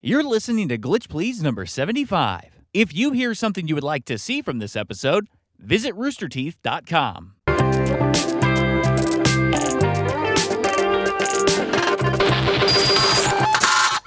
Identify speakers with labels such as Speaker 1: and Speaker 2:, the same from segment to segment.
Speaker 1: You're listening to Glitch Please number 75. If you hear something you would like to see from this episode, visit roosterteeth.com.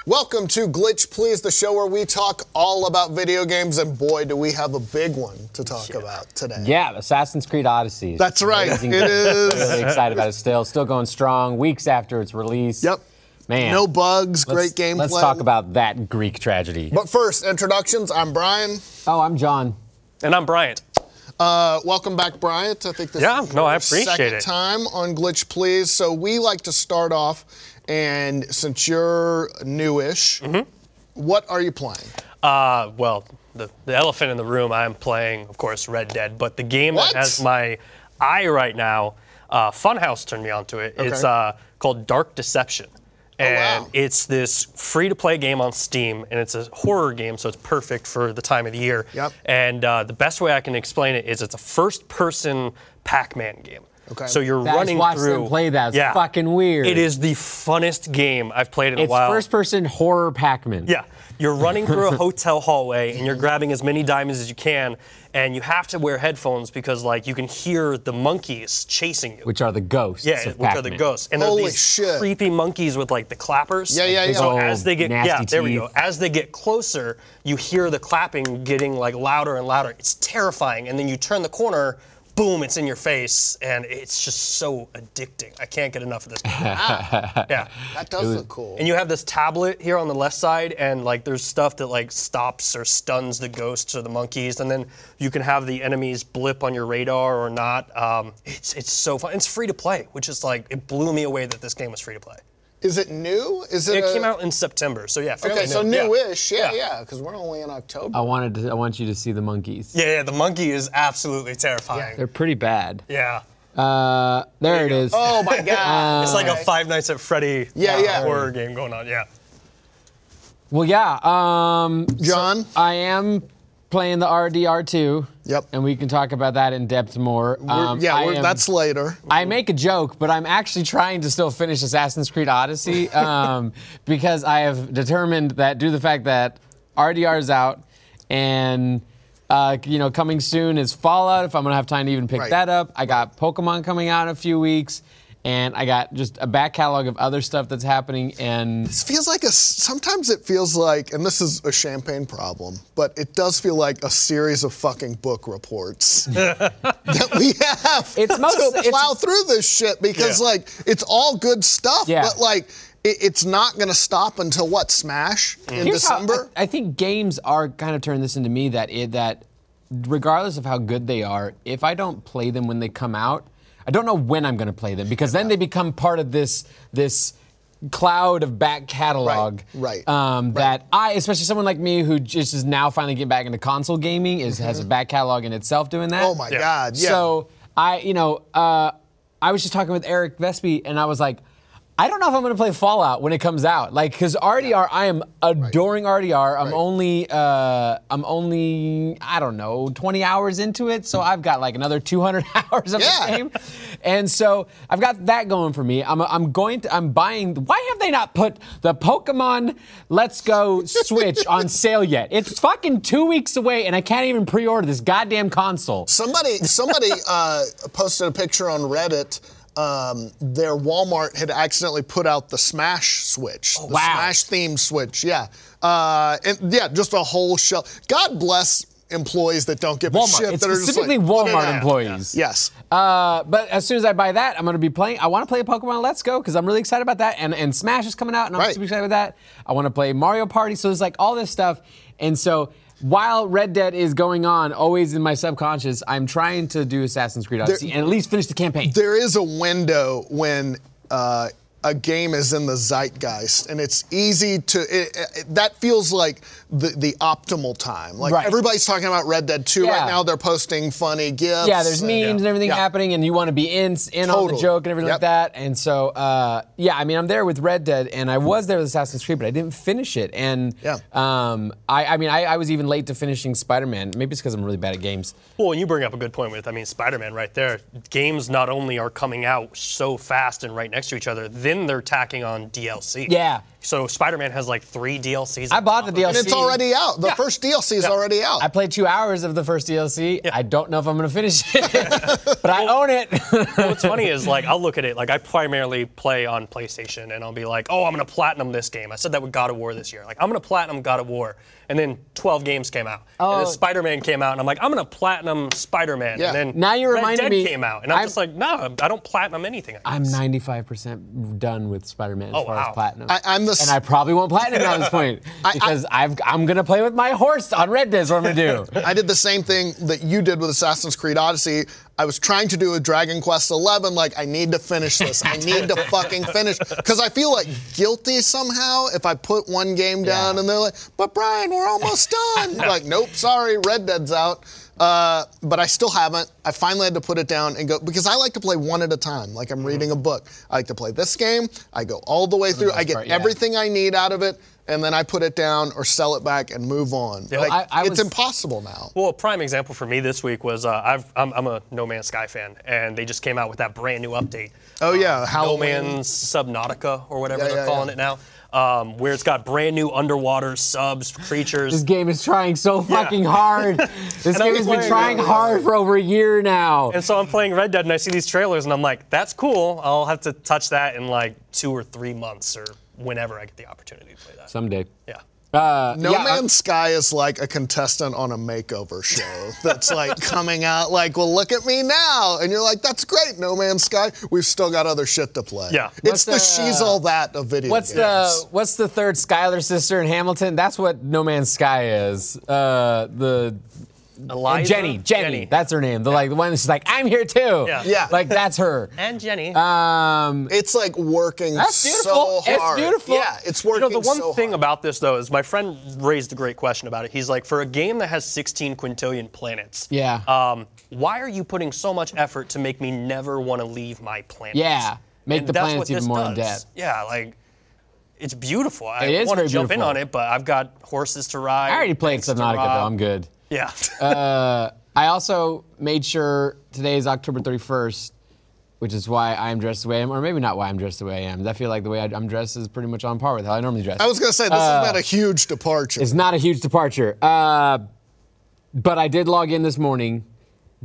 Speaker 2: Welcome to Glitch Please, the show where we talk all about video games, and boy, do we have a big one to talk about today.
Speaker 3: Yeah, Assassin's Creed Odyssey.
Speaker 2: That's right.
Speaker 3: Amazing
Speaker 2: It
Speaker 3: game.
Speaker 2: is.
Speaker 3: Really excited about it still. Still going strong. Weeks after its release.
Speaker 2: Yep.
Speaker 3: Man.
Speaker 2: No bugs,
Speaker 3: let's-
Speaker 2: great gameplay.
Speaker 3: Let's talk about that Greek tragedy.
Speaker 2: But first, introductions. I'm Brian.
Speaker 3: Oh, I'm John.
Speaker 4: And I'm Bryant.
Speaker 2: Uh, welcome back, Bryant. I think this
Speaker 4: Yeah,
Speaker 2: is
Speaker 4: no, I
Speaker 2: your
Speaker 4: appreciate
Speaker 2: second
Speaker 4: it.
Speaker 2: time on Glitch Please. So we like to start off, and since you're newish,
Speaker 4: Mm-hmm.
Speaker 2: what are you playing?
Speaker 4: Uh, well, the, the elephant in the room, I'm playing, of course, Red Dead, but the game
Speaker 2: What?
Speaker 4: that has my eye right now, uh, Funhouse turned me onto it. It's
Speaker 2: Okay. Oh,
Speaker 4: uh, called Dark Deception. And
Speaker 2: wow.
Speaker 4: it's this free to play game on Steam, and it's a horror game, so it's perfect for the time of the year.
Speaker 2: Yep.
Speaker 4: And uh, the best way I can explain it is it's a first person Pac Man game.
Speaker 2: Okay.
Speaker 4: So you're
Speaker 3: I just
Speaker 4: running
Speaker 3: watched them
Speaker 4: through.
Speaker 3: play that. It's fucking weird.
Speaker 4: It is the funnest game I've played in
Speaker 3: It's
Speaker 4: a while.
Speaker 3: first person horror Pac-Man.
Speaker 4: Oh, Yeah, you're running through a hotel hallway and you're grabbing as many diamonds as you can, and you have to wear headphones because like you can hear the monkeys chasing you.
Speaker 3: Which are the ghosts.
Speaker 4: yeah,
Speaker 3: of
Speaker 4: which are the
Speaker 3: Pac-Man.
Speaker 4: ghosts, and
Speaker 2: Holy
Speaker 4: they're these
Speaker 2: shit.
Speaker 4: creepy monkeys with like the clappers.
Speaker 2: Yeah, yeah,
Speaker 4: And
Speaker 2: yeah.
Speaker 4: So
Speaker 3: Big
Speaker 4: as they get
Speaker 3: old
Speaker 4: yeah,
Speaker 3: nasty
Speaker 4: there we go.
Speaker 3: teeth.
Speaker 4: As they get closer, you hear the clapping getting like louder and louder. It's terrifying, and then you turn the corner. Boom! It's in your face, and it's just so addicting. I can't get enough of this. yeah,
Speaker 2: That does look cool.
Speaker 4: and you have this tablet here on the left side, and like there's stuff that like stops or stuns the ghosts or the monkeys, and then you can have the enemies blip on your radar or not. Um, it's it's so fun. It's free to play, which is like it blew me away that this game was free to play.
Speaker 2: is it new? Is it?
Speaker 4: It
Speaker 2: a-
Speaker 4: came out in September, so yeah. fairly
Speaker 2: Okay, so
Speaker 4: new, yeah.
Speaker 2: newish. Yeah, yeah, because we're only in October.
Speaker 3: I wanted to, I want you to see the monkeys.
Speaker 4: Yeah, yeah. The monkey is absolutely terrifying. Yeah,
Speaker 3: They're pretty bad. Uh, there it is.
Speaker 2: Oh my God!
Speaker 4: it's like a Five Nights at Freddy
Speaker 2: Yeah,
Speaker 4: uh,
Speaker 2: yeah.
Speaker 4: horror game going on. Yeah.
Speaker 3: Well, yeah. Um,
Speaker 2: John.
Speaker 3: I am playing the RDR2.
Speaker 2: Yep.
Speaker 3: And we can talk about that in depth more.
Speaker 2: We're-
Speaker 3: Um,
Speaker 2: yeah,
Speaker 3: I
Speaker 2: we're,
Speaker 3: am-
Speaker 2: that's later.
Speaker 3: I make a joke, but I'm actually trying to still finish Assassin's Creed Odyssey um, because I have determined that due to the fact that RDR is out and uh, you know coming soon is Fallout. If I'm gonna have time to even pick
Speaker 2: Right.
Speaker 3: that up, I got Pokemon coming out in a few weeks, and I got just a back catalog of other stuff that's happening. And
Speaker 2: It feels like a. Sometimes it feels like, and this is a champagne problem, but it does feel like a series of fucking book reports that we have
Speaker 3: It's most-
Speaker 2: to
Speaker 3: it's-
Speaker 2: plow through this shit because
Speaker 4: Yeah.
Speaker 2: like it's all good stuff,
Speaker 3: Yeah.
Speaker 2: but like it, it's not gonna stop until what Smash in
Speaker 3: Here's how-
Speaker 2: December.
Speaker 3: I, I think games are kind of turning this into me that it, that regardless of how good they are, if I don't play them when they come out, I don't know when I'm going to play them because then they become part of this this cloud of back catalog
Speaker 2: Right, right,
Speaker 3: um, that i especially someone like me who just is now finally getting back into console gaming is has a back catalog in itself doing that
Speaker 2: oh my God! Yeah.
Speaker 3: so I, you know, uh, I was just talking with Eric Vespi, and I was like, I don't know if I'm going to play Fallout when it comes out, like because RDR, I am adoring RDR. I'm
Speaker 2: Right.
Speaker 3: only, uh, I'm only, I don't know, 20 hours into it, so I've got like another 200 hours of
Speaker 2: Yeah.
Speaker 3: the game, and so I've got that going for me. I'm, I'm going to, I'm buying. Why have they not put the Pokemon Let's Go Switch on sale yet? It's fucking two weeks away, and I can't even pre-order this goddamn console.
Speaker 2: Somebody somebody uh, posted a picture on Reddit. Um, their Walmart had accidentally put out the Smash Switch, the
Speaker 3: Oh, wow.
Speaker 2: Smash theme Switch. Yeah, uh, and yeah, just a whole shell. God bless employees that don't give a
Speaker 3: Walmart.
Speaker 2: shit.
Speaker 3: It's
Speaker 2: that are
Speaker 3: specifically
Speaker 2: just
Speaker 3: Walmart
Speaker 2: like, "Put it out."
Speaker 3: employees.
Speaker 2: Yes.
Speaker 3: Uh, but as soon as I buy that, I'm going to be playing. I want to play Pokemon Let's Go because I'm really excited about that. And and Smash is coming out, and I'm
Speaker 2: Right.
Speaker 3: super excited about that. I want to play Mario Party. So there's like all this stuff. And so while Red Dead is going on, always in my subconscious, I'm trying to do Assassin's Creed Odyssey and at least finish the campaign.
Speaker 2: There is a window when uh, a game is in the zeitgeist, and it's easy to. It, it, that feels like the, the optimal time. Like
Speaker 3: Right.
Speaker 2: everybody's talking about Red Dead 2
Speaker 3: Yeah.
Speaker 2: right now. They're posting funny gifs.
Speaker 3: yeah, there's
Speaker 2: and-
Speaker 3: memes and everything
Speaker 2: Yeah.
Speaker 3: happening, and you want to be in in on the
Speaker 2: Totally.
Speaker 3: joke and everything like
Speaker 2: Yep.
Speaker 3: that. And so, uh, yeah, I mean, I'm there with Red Dead, and I was there with Assassin's Creed, but I didn't finish it. And
Speaker 2: Yeah.
Speaker 3: um, I, I mean, I, I was even late to finishing Spider-Man. Maybe it's because I'm really bad at games.
Speaker 4: Well, and you bring up a good point with, I mean, Spider Man right there. Games not only are coming out so fast and right next to each other, then they're tacking on DLC.
Speaker 3: Yeah.
Speaker 4: So Spider-Man has like three DLCs.
Speaker 3: I bought the
Speaker 4: on top
Speaker 3: DLC.
Speaker 4: of
Speaker 2: And it's already out. The
Speaker 4: Yeah.
Speaker 2: first DLC is already out.
Speaker 3: I played two hours of the first DLC. I don't know if I'm gonna finish it, but I own it.
Speaker 4: it. What's funny is like I'll look at it like I primarily play on PlayStation, and I'll be like, oh, I'm gonna platinum this game. I said that with God of War this year. Like I'm gonna platinum God of War, and then 12 games came out. And
Speaker 3: Oh.
Speaker 4: then Spider-Man came out, and I'm like, I'm gonna platinum Spider-Man.
Speaker 2: Yeah.
Speaker 4: And then
Speaker 3: Now you're
Speaker 4: Red
Speaker 3: reminding
Speaker 4: Dead
Speaker 3: me-
Speaker 4: came out, and I'm,
Speaker 3: I'm-
Speaker 4: just like, no, I don't platinum anything.
Speaker 3: I'm 95% done with Spider-Man as
Speaker 4: Oh,
Speaker 3: far
Speaker 4: wow.
Speaker 3: as platinum.
Speaker 2: I- I'm the s-
Speaker 3: and I probably won't platinum at this point because I, have I'm gonna play with my horse on Red Dead. Is what I'm gonna do.
Speaker 2: I did the same thing that you did with Assassin's Creed Odyssey. I was trying to do a Dragon Quest XI, like, I need to finish this. I need to fucking finish. Because I feel like guilty somehow if I put one game down
Speaker 3: Yeah.
Speaker 2: and they're like, but Brian, we're almost done. like, nope, sorry, Red Dead's out. Uh, but I still haven't. I finally had to put it down and go because I like to play one at a time. Like
Speaker 3: Mm-hmm.
Speaker 2: I'm reading a book. I like to play this game. I go all the way through. I get
Speaker 3: part, yeah.
Speaker 2: everything I need out of it, and then I put it down or sell it back and move on. Like,
Speaker 3: I- I
Speaker 2: it's
Speaker 3: was-
Speaker 2: impossible now.
Speaker 4: Well, a prime example for me this week was uh, I've, I'm, I'm a No Man's Sky fan, and they just came out with that brand new update.
Speaker 2: Oh, yeah,
Speaker 4: No
Speaker 2: Halloween.
Speaker 4: Man's Subnautica or whatever
Speaker 2: Yeah,
Speaker 4: they're
Speaker 2: yeah,
Speaker 4: calling
Speaker 2: yeah.
Speaker 4: it now, um, where it's got brand new underwater subs,
Speaker 3: This
Speaker 4: creatures.
Speaker 3: game is trying so fucking hard. This
Speaker 4: I'm
Speaker 3: game has been
Speaker 4: playing
Speaker 3: trying
Speaker 4: it.
Speaker 3: hard for over a year now.
Speaker 4: And so I'm playing Red Dead, and I see these trailers, and I'm like, that's cool. I'll have to touch that in like two or three months or whenever I get the opportunity to play that.
Speaker 3: Someday.
Speaker 4: yeah.
Speaker 3: Uh,
Speaker 2: No
Speaker 3: yeah, I-
Speaker 2: Man's Sky is like a contestant on a makeover show that's like coming out like, well, look at me now. And you're like, that's great, No Man's Sky. We've still got other shit to play.
Speaker 4: Yeah.
Speaker 2: It's
Speaker 3: What's
Speaker 2: the,
Speaker 3: the-
Speaker 2: she's all that of video
Speaker 3: What's
Speaker 2: games.
Speaker 3: the What's the third Skylar sister in Hamilton? That's what No Man's Sky is. Uh, the
Speaker 4: Eliza?
Speaker 3: Jenny, Jenny, that's her name. The like the one that's like I'm here too.
Speaker 4: Yeah.
Speaker 2: Yeah.
Speaker 3: Like that's her.
Speaker 4: and
Speaker 2: Uh,
Speaker 4: Jenny.
Speaker 3: Um,
Speaker 2: It's like working
Speaker 3: That's
Speaker 2: so
Speaker 3: beautiful. It's
Speaker 2: hard.
Speaker 3: beautiful.
Speaker 2: Yeah, it's working
Speaker 4: You know, the one
Speaker 2: so
Speaker 4: thing
Speaker 2: hard.
Speaker 4: about this though is my friend raised a great question about it. He's like, for a game that has 16 quintillion planets,
Speaker 3: Yeah.
Speaker 4: Um, why are you putting so much effort to make me never want to leave my planet?
Speaker 3: Yeah. Make
Speaker 4: And
Speaker 3: the
Speaker 4: that's
Speaker 3: planets
Speaker 4: what
Speaker 3: even
Speaker 4: this
Speaker 3: more
Speaker 4: does.
Speaker 3: in-depth.
Speaker 4: Yeah, like it's beautiful. I
Speaker 3: It is
Speaker 4: want to
Speaker 3: very
Speaker 4: jump in
Speaker 3: beautiful.
Speaker 4: on it, but I've got horses to ride.
Speaker 3: I already played
Speaker 4: things to
Speaker 3: Subnautica though. Uh,
Speaker 4: rob.
Speaker 3: I'm good.
Speaker 4: Yeah.
Speaker 3: I also made sure today is October 31st, which is why I'm dressed the way I am, or maybe not why I'm dressed the way I am. I feel like the way I- I'm dressed is pretty much on par with how I normally dress.
Speaker 2: I was going to say, this is
Speaker 3: uh,
Speaker 2: not a huge departure.
Speaker 3: It's not a huge departure. Uh, but I did log in this morning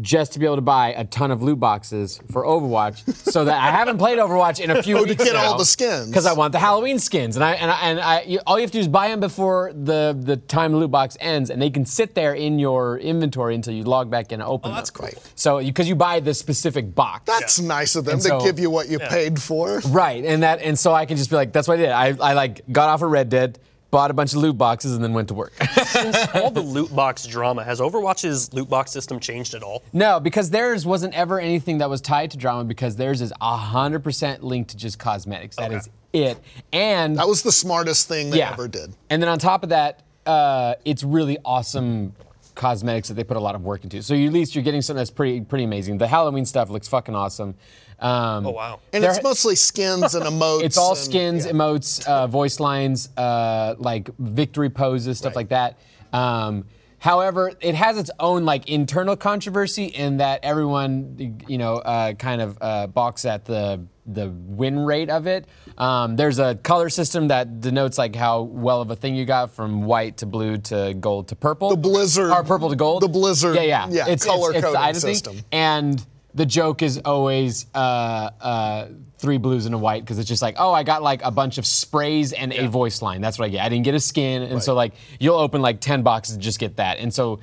Speaker 3: just to be able to buy a ton of loot boxes for Overwatch, so that I haven't played Overwatch in a few
Speaker 2: Oh, to
Speaker 3: weeks
Speaker 2: get all the skins.
Speaker 3: Because I want the Halloween skins, and I and I, and I you, all you have to do is buy them before the the time loot box ends, and they can sit there in your inventory until you log back in and open.
Speaker 4: Oh, that's
Speaker 3: them.
Speaker 4: cool. Right.
Speaker 3: So because you, buy the specific box.
Speaker 2: That's nice of them
Speaker 3: And
Speaker 2: to
Speaker 3: so-
Speaker 2: give you what you paid for.
Speaker 3: Right, and that and so I can just be like, that's what I did. I, I like got off of Red Dead, bought a bunch of loot boxes, and then went to work.
Speaker 4: Since all the loot box drama has Overwatch's loot box system changed at all?
Speaker 3: no, because theirs wasn't ever anything that was tied to drama because theirs is hundred percent linked to just cosmetics. That
Speaker 4: Okay.
Speaker 3: is it. And
Speaker 2: That was the smartest thing they
Speaker 3: yeah.
Speaker 2: ever did.
Speaker 3: And then on top of that, uh, it's really awesome cosmetics that they put a lot of work into. So you, at least you're getting something that's pretty pretty amazing. The Halloween stuff looks fucking awesome. Um,
Speaker 4: Oh wow.
Speaker 2: And
Speaker 3: There-
Speaker 2: it's mostly skins and emotes.
Speaker 3: It's all
Speaker 2: and-
Speaker 3: skins, emotes, uh, voice lines, uh, like victory poses, stuff like that. Um, however, it has its own like internal controversy in that everyone, you know, uh, kind of uh, balks at the the win rate of it. Um, there's a color system that denotes like how well of a thing you got from white to blue to gold to purple. The
Speaker 2: Blizzard-
Speaker 3: or purple to gold.
Speaker 2: the Blizzard,
Speaker 3: Yeah, yeah.
Speaker 2: yeah, color coding
Speaker 3: I just think-
Speaker 2: system.
Speaker 3: and the joke is always uh, uh, three blues and a white because it's just like, oh, I got like a bunch of sprays and a voice line. That's what I get. I didn't get a skin, and so like you'll open like ten boxes and just get that. And so,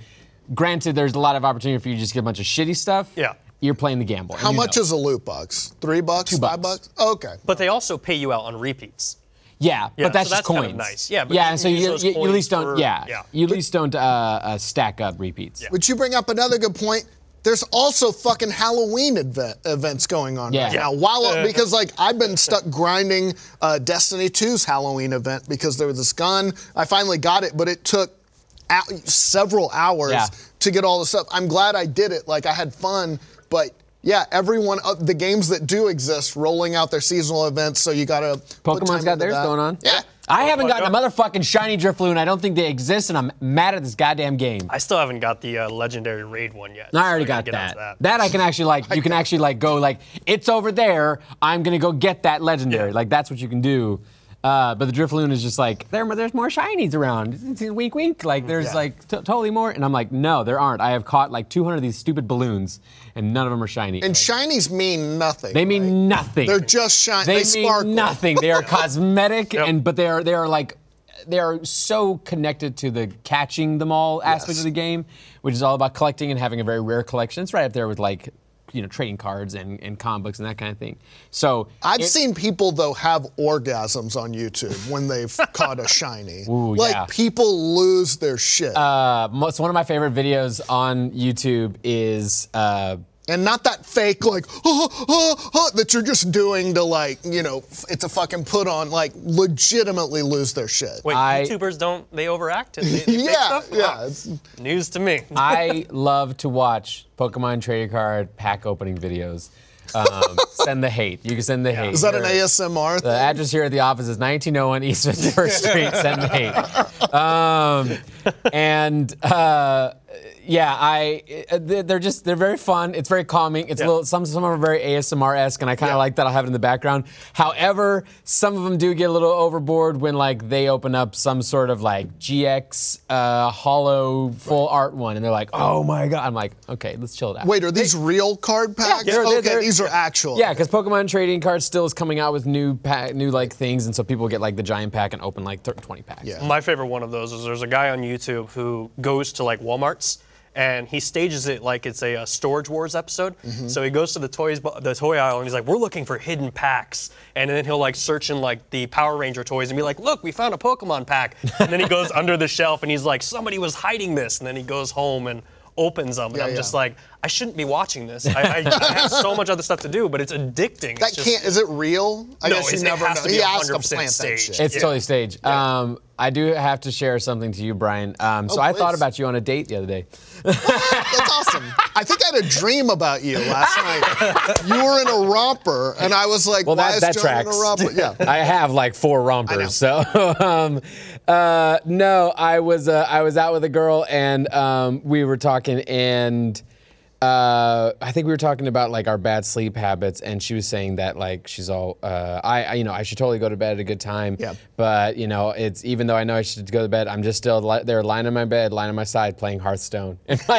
Speaker 3: granted, there's a lot of opportunity for you to just get a bunch of shitty stuff.
Speaker 4: Yeah.
Speaker 3: you're playing the gamble. and
Speaker 2: How
Speaker 3: you
Speaker 2: much
Speaker 3: know.
Speaker 2: is a loot box? Three bucks? five bucks?
Speaker 3: bucks.
Speaker 2: Okay.
Speaker 4: But they also pay you out on repeats.
Speaker 3: Yeah,
Speaker 4: Yeah,
Speaker 3: but that's
Speaker 4: so
Speaker 3: just
Speaker 4: that's kind
Speaker 3: coins.
Speaker 4: of nice. Yeah, but you
Speaker 3: yeah,
Speaker 4: can
Speaker 3: and so
Speaker 4: use
Speaker 3: you,
Speaker 4: those
Speaker 3: you, you at
Speaker 4: coins
Speaker 3: least don't.
Speaker 4: for-
Speaker 3: yeah,
Speaker 4: yeah.
Speaker 3: you at least don't uh, uh, stack up repeats. Yeah.
Speaker 2: Would you bring up another good point? There's also fucking Halloween event, events going on
Speaker 3: Yeah.
Speaker 2: right
Speaker 3: Yeah.
Speaker 2: now. While because like I've been stuck grinding uh, Destiny 2's Halloween event because there was this gun. I finally got it, but it took ou- several hours
Speaker 3: Yeah.
Speaker 2: to get all the stuff. I'm glad I did it. Like I had fun, but yeah, everyone uh, the games that do exist rolling out their seasonal events. So you gotta. put time
Speaker 3: Pokemon's got
Speaker 2: into
Speaker 3: theirs
Speaker 2: that.
Speaker 3: going on.
Speaker 2: Yeah.
Speaker 3: I haven't
Speaker 4: fuck
Speaker 3: gotten a motherfucking shiny Drifloon. and I don't think they exist, and I'm mad at this goddamn game.
Speaker 4: I still haven't got the uh, legendary raid one yet.
Speaker 3: I already
Speaker 4: so
Speaker 3: got
Speaker 4: gotta get onto
Speaker 3: that. that. I can actually like. You can actually like go like it's over there. I'm gonna go get that legendary.
Speaker 4: Yeah.
Speaker 3: Like that's what you can do. Uh, but the Drifloon is just like there. There's more shinies around. wink, wink. Like there's
Speaker 4: Yeah.
Speaker 3: like t- totally more. And I'm like, no, there aren't. I have caught like 200 of these stupid balloons, and none of them are shiny.
Speaker 2: And shinies mean nothing.
Speaker 3: they mean
Speaker 2: right?
Speaker 3: nothing.
Speaker 2: They're just shiny. They,
Speaker 3: They,
Speaker 2: sparkle.
Speaker 3: mean nothing. They are cosmetic,
Speaker 4: Yep.
Speaker 3: and but they are they are like they are so connected to the catching them all aspect
Speaker 2: Yes.
Speaker 3: of the game, which is all about collecting and having a very rare collection. It's right up there with like you know trading cards and and comic books and that kind of thing. So
Speaker 2: I've
Speaker 3: it-
Speaker 2: seen people though have orgasms on YouTube when they've caught a shiny.
Speaker 3: Ooh,
Speaker 2: like
Speaker 3: yeah.
Speaker 2: people lose their shit,
Speaker 3: uh, most, one of my favorite videos on YouTube is. Uh,
Speaker 2: and not that fake like "Huh, huh, huh," that you're just doing to like you know f- it's a fucking put on. Like legitimately lose their shit.
Speaker 4: Wait,
Speaker 3: I-
Speaker 4: YouTubers don't they overact? And they, they fake
Speaker 2: yeah,
Speaker 4: stuff?
Speaker 2: yeah.
Speaker 4: Wow.
Speaker 2: it's-
Speaker 4: News to me.
Speaker 3: I love to watch Pokemon trading card pack opening videos. Um, send the hate. You can send the hate.
Speaker 2: Is that an
Speaker 3: They're-
Speaker 2: ASMR?
Speaker 3: The
Speaker 2: Thing?
Speaker 3: address here at the office is 1901 East 51st Street, send me hate. Um, and uh, yeah, I uh, they- they're just they're very fun. It's very calming. It's a
Speaker 4: Yeah.
Speaker 3: little some some of them are very ASMR esque, and I kind of
Speaker 4: Yeah.
Speaker 3: like that. I'll have it in the background. However, some of them do get a little overboard when like they open up some sort of like GX uh, hollow full art one, and they're like, oh my god. I'm like, okay, let's chill it out.
Speaker 2: Wait, are these real card packs?
Speaker 3: they're- they're-
Speaker 2: okay,
Speaker 3: they're-
Speaker 2: these are actual.
Speaker 3: Yeah, because Pokemon Trading Cards still is coming out with new pack, new like things, and so people get like the giant pack and open like thir- 20 packs.
Speaker 2: Yeah.
Speaker 4: My favorite one of those is there's a guy on YouTube who goes to like Walmart's and he stages it like it's a, uh Storage Wars episode.
Speaker 2: Mm-hmm.
Speaker 4: So he goes to the toys, bu- the toy aisle, and he's like, "We're looking for hidden packs." And then he'll like search in like the Power Ranger toys and be like, "Look, we found a Pokemon pack." And then he goes under the shelf and he's like, "Somebody was hiding this." And then he goes home and opens them, and
Speaker 2: Yeah,
Speaker 4: I'm
Speaker 2: yeah.
Speaker 4: just like, "I shouldn't be watching this. I, I, I have so much other stuff to do, but it's addicting."
Speaker 2: That
Speaker 4: It's just-
Speaker 2: can't. Is it real? I
Speaker 4: No,
Speaker 2: guess you
Speaker 4: it's- it
Speaker 2: never
Speaker 4: has
Speaker 2: know.
Speaker 4: to be
Speaker 2: he has to
Speaker 4: 100%
Speaker 2: plant that
Speaker 4: staged.
Speaker 2: shit.
Speaker 3: It's
Speaker 4: Yeah.
Speaker 3: totally staged. Um, I do have to share something to you, Brian. Um, so
Speaker 2: Oh,
Speaker 3: I thought
Speaker 2: please.
Speaker 3: about you on a date the other day.
Speaker 2: That's awesome. I think I had a dream about you last night. You were in a romper, and I was like,
Speaker 3: Well,
Speaker 2: "Why
Speaker 3: that, that
Speaker 2: is John
Speaker 3: tracks.
Speaker 2: in a romper?" Yeah.
Speaker 3: I have like four rompers. So, um, uh, no, I was uh, I was out with a girl and um, we were talking, and uh, I think we were talking about like our bad sleep habits, and she was saying that like she's all uh, I, I you know I should totally go to bed at a good time.
Speaker 2: Yep.
Speaker 3: But you know it's even though I know I should go to bed, I'm just still li- there lying on my bed, lying on my side, playing Hearthstone, and I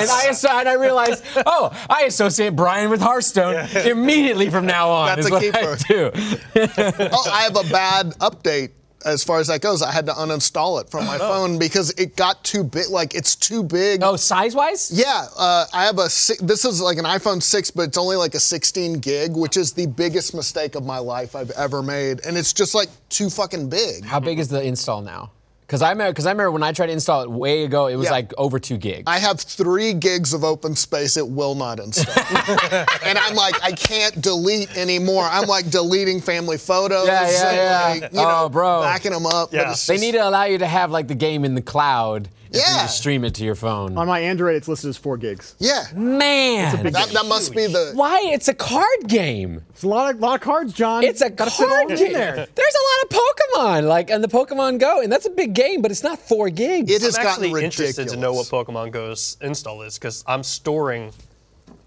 Speaker 3: and I asso- and I realized oh I associate Brian with Hearthstone immediately from now on.
Speaker 2: That's a
Speaker 3: is what I
Speaker 2: keeper.
Speaker 3: do.
Speaker 2: Oh, I have a bad update as far as that goes. I had to uninstall it from my phone because it got too big. Like it's too big.
Speaker 3: Oh, size wise?
Speaker 2: Yeah, uh, I have a. si- This is like an iPhone 6, but it's only like a 16 gig, which is the biggest mistake of my life I've ever made. And it's just like too fucking big.
Speaker 3: How big is the install now? Because I remember, because I remember when I tried to install it way ago, it was
Speaker 2: Yeah.
Speaker 3: like over two gigs.
Speaker 2: I have three gigs of open space. It will not install. and I'm like, I can't delete anymore. I'm like deleting family photos.
Speaker 3: Yeah, yeah,
Speaker 2: and,
Speaker 3: yeah.
Speaker 2: like, you
Speaker 3: Oh,
Speaker 2: know,
Speaker 3: bro.
Speaker 2: Backing them up. but
Speaker 4: Yeah.
Speaker 2: it's
Speaker 3: they
Speaker 2: just-
Speaker 3: need to allow you to have like the game in the cloud. if you
Speaker 2: Yeah.
Speaker 3: just stream it to your phone.
Speaker 5: On my Android, it's listed as four gigs.
Speaker 2: Yeah.
Speaker 3: Man,
Speaker 2: That, that must be the.
Speaker 3: why? It's a card game.
Speaker 5: It's a lot of lot of cards, John.
Speaker 3: It's a
Speaker 5: Gotta fit all
Speaker 3: card
Speaker 5: of
Speaker 3: game.
Speaker 5: it in there.
Speaker 3: There's a lot of Pokemon, like, and the Pokemon Go, and that's a big game, but it's not four gigs.
Speaker 2: It has
Speaker 4: I'm
Speaker 2: gotten
Speaker 4: actually
Speaker 2: ridiculous.
Speaker 4: interested to know what Pokemon Go's install is because I'm storing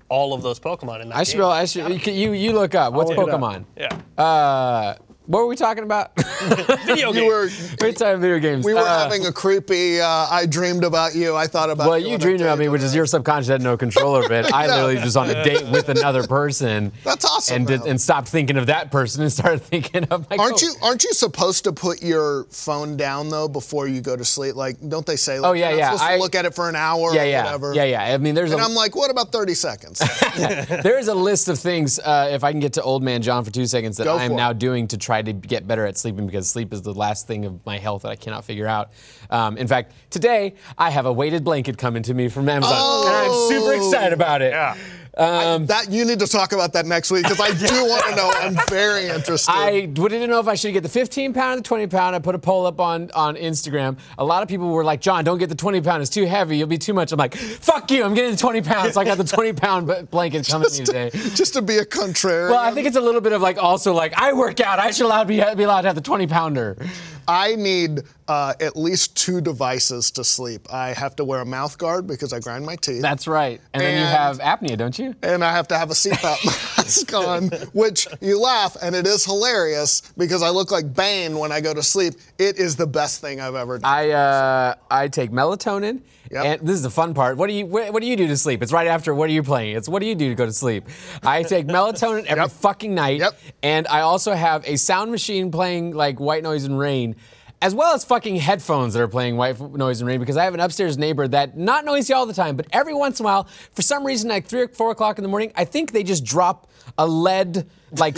Speaker 4: all of those Pokemon in that
Speaker 3: I should, be
Speaker 4: game.
Speaker 3: able, I should. You you look up. What's
Speaker 5: look it up.
Speaker 3: Pokemon?
Speaker 4: yeah.
Speaker 3: Uh, what were we talking about?
Speaker 4: Video
Speaker 2: you
Speaker 4: game.
Speaker 2: were.
Speaker 3: we're talking about video games.
Speaker 2: We were
Speaker 3: Uh,
Speaker 2: having a creepy. Uh, I dreamed about you. I thought about.
Speaker 3: Well,
Speaker 2: you
Speaker 3: you
Speaker 2: on a
Speaker 3: dreamed about
Speaker 2: date.
Speaker 3: me, which is your subconscious had no control over it. I literally was on a date with another person.
Speaker 2: That's awesome,
Speaker 3: And, did,
Speaker 2: though.
Speaker 3: and "Oh." stopped thinking of that person and started thinking of my.
Speaker 2: Aren't
Speaker 3: co-
Speaker 2: you aren't you supposed to put your phone down though before you go to sleep? Like, don't they say? Like,
Speaker 3: Oh, yeah,
Speaker 2: you're not
Speaker 3: yeah,
Speaker 2: Supposed
Speaker 3: I-
Speaker 2: to look at it for an hour.
Speaker 3: Yeah,
Speaker 2: or
Speaker 3: yeah,
Speaker 2: Whatever.
Speaker 3: yeah, yeah. I mean, there's
Speaker 2: And
Speaker 3: a
Speaker 2: I'm like, what about 30 seconds?
Speaker 3: there is a list of things. Uh, if I can get to old man John for two seconds, that
Speaker 2: Go
Speaker 3: I
Speaker 2: for
Speaker 3: am
Speaker 2: it.
Speaker 3: now doing to try to get better at sleeping because sleep is the last thing of my health that I cannot figure out. Um, in fact, today I have a weighted blanket coming to me from Amazon, and I'm super excited about it.
Speaker 4: yeah.
Speaker 3: Um,
Speaker 2: that you need to talk about that next week because I do want to know. I'm very interested.
Speaker 3: I would didn't know if I should get the 15 pound or the 20 pound. I put a poll up on, on Instagram. A lot of people were like, John, don't get the 20 pound. It's too heavy. You'll be too much. I'm like, fuck you. I'm getting the 20 pounds. So I got the 20 pound b- blanket coming to me today.
Speaker 2: just to be a contrarian.
Speaker 3: Well, I think it's a little bit of like also like I work out. I should allowed be, be allowed to have the 20 pounder.
Speaker 2: I need uh, at least two devices to sleep. I have to wear a mouth guard because I grind my teeth.
Speaker 3: That's right. And, then you
Speaker 2: And-
Speaker 3: have apnea, don't you?
Speaker 2: and I have to have a CPAP mask on, which you laugh, and it is hilarious because I look like Bane when I go to sleep. It is the best thing I've ever done.
Speaker 3: I uh, I take melatonin,
Speaker 2: Yep.
Speaker 3: and this is the fun part. What do you what, what do you do to sleep? It's right after what are you playing? It's what do you do to go to sleep? I take melatonin every fucking night,
Speaker 2: Yep.
Speaker 3: and I also have a sound machine playing like white noise and rain. As well as fucking headphones that are playing white noise and rain because I have an upstairs neighbor that not noisy all the time, but every once in a while, for some reason, like three or four o'clock in the morning, I think they just drop a lead like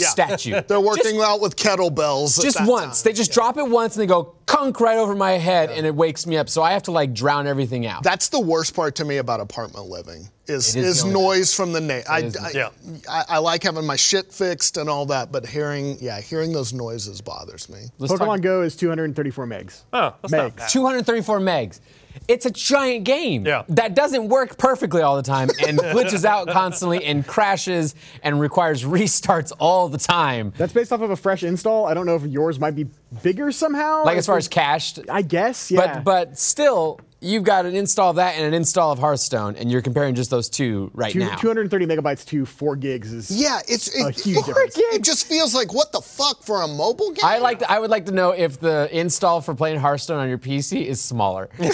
Speaker 3: statue.
Speaker 2: They're
Speaker 3: Just
Speaker 2: working out with kettlebells. at
Speaker 3: just
Speaker 2: that
Speaker 3: once.
Speaker 2: time.
Speaker 3: They just drop it once and they go kunk right over my head and it wakes me up. So I have to like drown everything out.
Speaker 2: That's the worst part to me about apartment living is
Speaker 3: It is
Speaker 2: is
Speaker 3: the only-
Speaker 2: noise from the na- I,
Speaker 3: is-
Speaker 2: I,
Speaker 4: Yeah.
Speaker 2: I, I like having my shit fixed and all that, but hearing yeah, hearing those noises bothers me.
Speaker 3: Let's
Speaker 5: Pokemon
Speaker 3: talk-
Speaker 5: Go is 234 megs.
Speaker 4: Oh, that's not
Speaker 5: megs.
Speaker 4: bad.
Speaker 3: 234 megs. It's a giant game
Speaker 4: Yeah.
Speaker 3: that doesn't work perfectly all the time and glitches out constantly and crashes and requires restarts all the time.
Speaker 5: That's based off of a fresh install. I don't know if yours might be bigger somehow.
Speaker 3: Like as far
Speaker 5: If-
Speaker 3: as cached.
Speaker 5: I guess, yeah.
Speaker 3: But but still, you've got an install of that and an install of Hearthstone, and you're comparing just those two right
Speaker 5: Two,
Speaker 3: now.
Speaker 5: 230 megabytes to four gigs is
Speaker 2: Yeah, it's it,
Speaker 5: a huge
Speaker 2: it-
Speaker 5: difference.
Speaker 2: it just feels like what the fuck for a mobile game.
Speaker 3: I like. To, I would like to know if the install for playing Hearthstone on your PC is smaller.
Speaker 2: But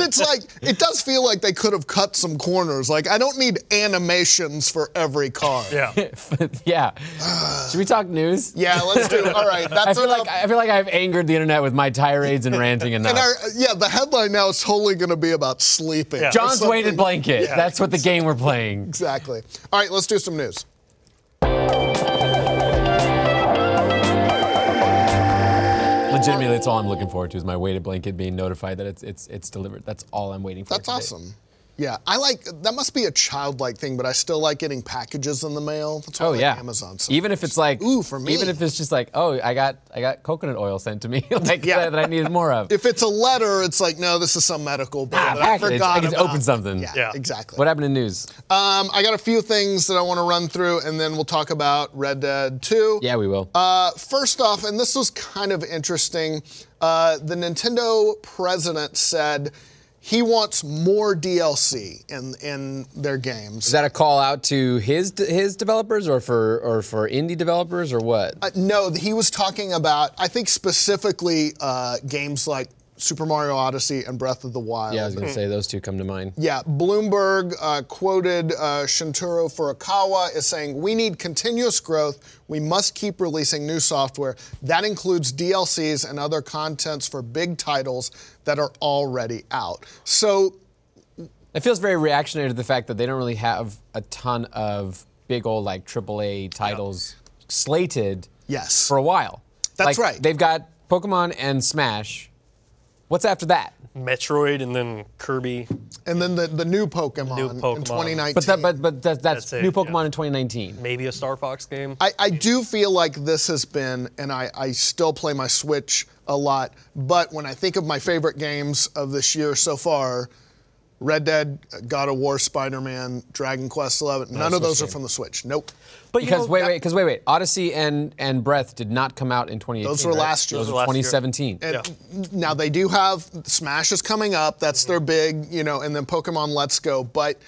Speaker 2: it's like it does feel like they could have cut some corners. Like I don't need animations for every card.
Speaker 4: Yeah.
Speaker 3: yeah. Should we talk news?
Speaker 2: Yeah, let's do. All right,
Speaker 3: I
Speaker 2: that's
Speaker 3: feel
Speaker 2: enough.
Speaker 3: like I feel like I've angered the internet with my tirades and ranting enough.
Speaker 2: and our, yeah, the headline now is totally going to be about sleeping.
Speaker 4: Yeah.
Speaker 3: John's
Speaker 2: Something-
Speaker 3: weighted blanket. That's what the game we're playing.
Speaker 2: Exactly. All right, let's do some news.
Speaker 3: Legitimately, that's all I'm looking forward to is my weighted blanket being notified that it's it's it's delivered. That's all I'm waiting for.
Speaker 2: That's
Speaker 3: today.
Speaker 2: awesome. Yeah, I like that. Must be a childlike thing, but I still like getting packages in the mail. That's why I
Speaker 3: Oh
Speaker 2: like
Speaker 3: yeah,
Speaker 2: Amazon. so
Speaker 3: Even if
Speaker 2: much.
Speaker 3: it's like,
Speaker 2: ooh, for me.
Speaker 3: Even if it's just like, oh, I got I got coconut oil sent to me, like that, I needed more of.
Speaker 2: if it's a letter, it's like no, this is some medical. bill
Speaker 3: Ah,
Speaker 2: that I
Speaker 3: package. I
Speaker 2: forgot
Speaker 3: get to
Speaker 2: about.
Speaker 3: open something.
Speaker 2: Yeah,
Speaker 4: Yeah.
Speaker 2: exactly.
Speaker 3: What happened in news?
Speaker 2: Um, I got a few things that I want to run through, and then we'll talk about Red Dead 2.
Speaker 3: Yeah, we will.
Speaker 2: Uh, first off, and this was kind of interesting, uh, the Nintendo president said he wants more DLC in in their games.
Speaker 3: Is that a call out to his his developers or for or for indie developers or what?
Speaker 2: no, he was talking about I think specifically uh, games like Super Mario Odyssey and Breath of the Wild.
Speaker 3: yeah, I was gonna say those two come to mind.
Speaker 2: Yeah, Bloomberg uh, quoted uh, Shintaro Furukawa as saying, We need continuous growth. We must keep releasing new software. That includes DLCs and other contents for big titles that are already out. So,
Speaker 3: It feels very reactionary to the fact that they don't really have a ton of big old like AAA titles slated
Speaker 2: yes.
Speaker 3: for a while.
Speaker 2: That's
Speaker 3: Like,
Speaker 2: right.
Speaker 3: They've got Pokemon and Smash. What's after that?
Speaker 4: Metroid and then Kirby.
Speaker 2: and then the, the new Pokemon,
Speaker 4: New
Speaker 2: in
Speaker 4: Pokemon.
Speaker 2: 2019.
Speaker 3: But that, but but that, that's,
Speaker 4: That's it,
Speaker 3: new
Speaker 4: yeah.
Speaker 3: Pokemon in 2019.
Speaker 4: Maybe a Star Fox game.
Speaker 2: I, I do feel like this has been, and I, I still play my Switch a lot, but when I think of my favorite games of this year so far, Red Dead, God of War, Spider Man, Dragon Quest Eleven, none of those are from the Switch. Nope.
Speaker 4: but
Speaker 3: Because wait,
Speaker 4: that-
Speaker 3: wait, because wait, wait. Odyssey and and Breath did not come out in 2018.
Speaker 2: Those were
Speaker 3: right?
Speaker 2: last year.
Speaker 3: Those,
Speaker 2: Those
Speaker 3: were
Speaker 4: were last year.
Speaker 3: 2017.
Speaker 2: And
Speaker 4: Yeah.
Speaker 2: now they do have Smash is coming up. That's their big, you know, and then Pokemon Let's Go. But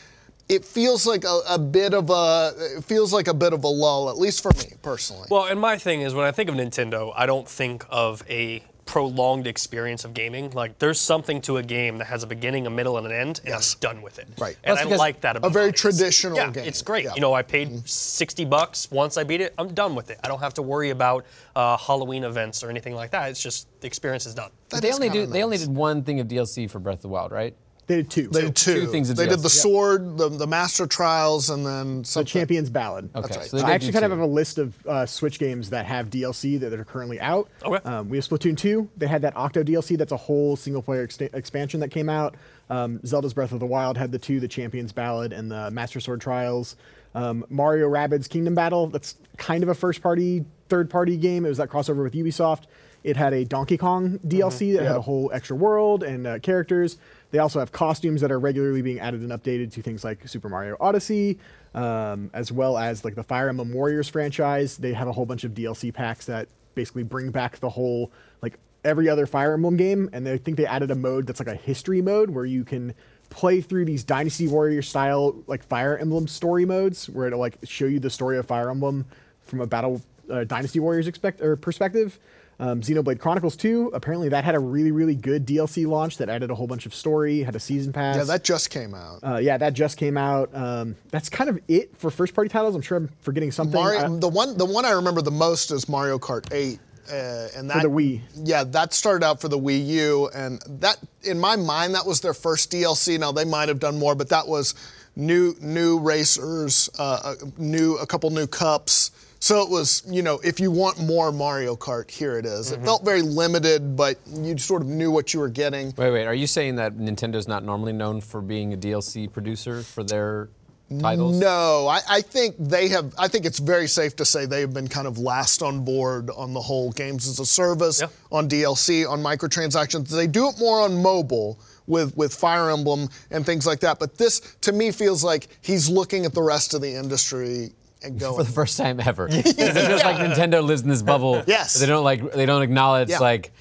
Speaker 2: it feels like a, a bit of a it feels like a bit of a lull, at least for me personally.
Speaker 4: Well, and my thing is when I think of Nintendo, I don't think of a prolonged experience of gaming. Like there's something to a game that has a beginning, a middle, and an end, and
Speaker 2: Yes.
Speaker 4: I'm done with it.
Speaker 2: Right.
Speaker 4: And
Speaker 3: That's
Speaker 4: I
Speaker 3: because
Speaker 4: like that about
Speaker 2: very
Speaker 4: it. It's-
Speaker 2: traditional
Speaker 4: yeah,
Speaker 2: game.
Speaker 4: It's great.
Speaker 2: Yeah. Mm-hmm.
Speaker 4: You know, I paid 60 bucks once I beat it. I'm done with it. I don't have to worry about uh, Halloween events or anything like that. It's just the experience is done.
Speaker 2: That
Speaker 3: They
Speaker 2: is
Speaker 3: only
Speaker 2: kinda
Speaker 3: do. They only
Speaker 2: nice.
Speaker 3: did one thing of DLC for Breath of the Wild, right?
Speaker 5: They did two.
Speaker 2: They did two.
Speaker 3: two things in
Speaker 2: They did the
Speaker 3: DLC. Yeah.
Speaker 2: sword, the, the master trials, and then
Speaker 5: The
Speaker 2: something.
Speaker 5: Champions Ballad.
Speaker 3: Okay.
Speaker 2: right.
Speaker 3: So they did
Speaker 5: I actually
Speaker 3: do
Speaker 5: kind of
Speaker 3: two.
Speaker 5: have a list of uh, Switch games that have DLC that are currently out.
Speaker 4: Okay.
Speaker 5: Um, we have Splatoon 2. They had that Octo DLC. That's a whole single-player ex- expansion that came out. Um, Zelda's Breath of the Wild had the two, the Champions Ballad and the Master Sword Trials. Um, Mario Rabbids Kingdom Battle. That's kind of a first-party, third-party game. It was that crossover with Ubisoft. It had a Donkey Kong DLC that had a whole extra world and uh, characters. They also have costumes that are regularly being added and updated to things like Super Mario Odyssey, um, as well as like the Fire Emblem Warriors franchise. They have a whole bunch of DLC packs that basically bring back the whole like every other Fire Emblem game, and they I think they added a mode that's like a history mode where you can play through these Dynasty Warrior style like Fire Emblem story modes where it'll like show you the story of Fire Emblem from a battle uh, Dynasty Warriors expect or perspective. Um, Xenoblade Chronicles 2, apparently that had a really, really good DLC launch that added a whole bunch of story, had a season pass.
Speaker 2: Yeah, that just came out.
Speaker 5: Uh, yeah, that just came out. Um, that's kind of it for first party titles. I'm sure I'm forgetting something. I-
Speaker 2: Mario, the one, the one I remember the most is Mario Kart 8, uh, and that
Speaker 5: the Wii.
Speaker 2: Yeah, that started out for the Wii U, and that, in my mind, that was their first DLC. Now they might have done more, but that was new, new racers, uh, a, new, a couple new cups. So it was, you know, if you want more Mario Kart, here it is.
Speaker 5: Mm-hmm.
Speaker 2: It felt very limited, but you sort of knew what you were getting.
Speaker 3: Wait, wait. Are you saying that Nintendo's not normally known for being a DLC producer for their titles?
Speaker 2: No, I, I think they have. I think it's very safe to say they've been kind of last on board on the whole games as a service,
Speaker 4: Yeah.
Speaker 2: on DLC, on microtransactions. They do it more on mobile with with Fire Emblem and things like that. But this, to me, feels like he's looking at the rest of the industry and
Speaker 3: For
Speaker 2: going.
Speaker 3: the first time ever. It's just like Nintendo lives in this bubble.
Speaker 2: Yes.
Speaker 3: They don't like. They don't acknowledge
Speaker 2: Yeah.
Speaker 3: like.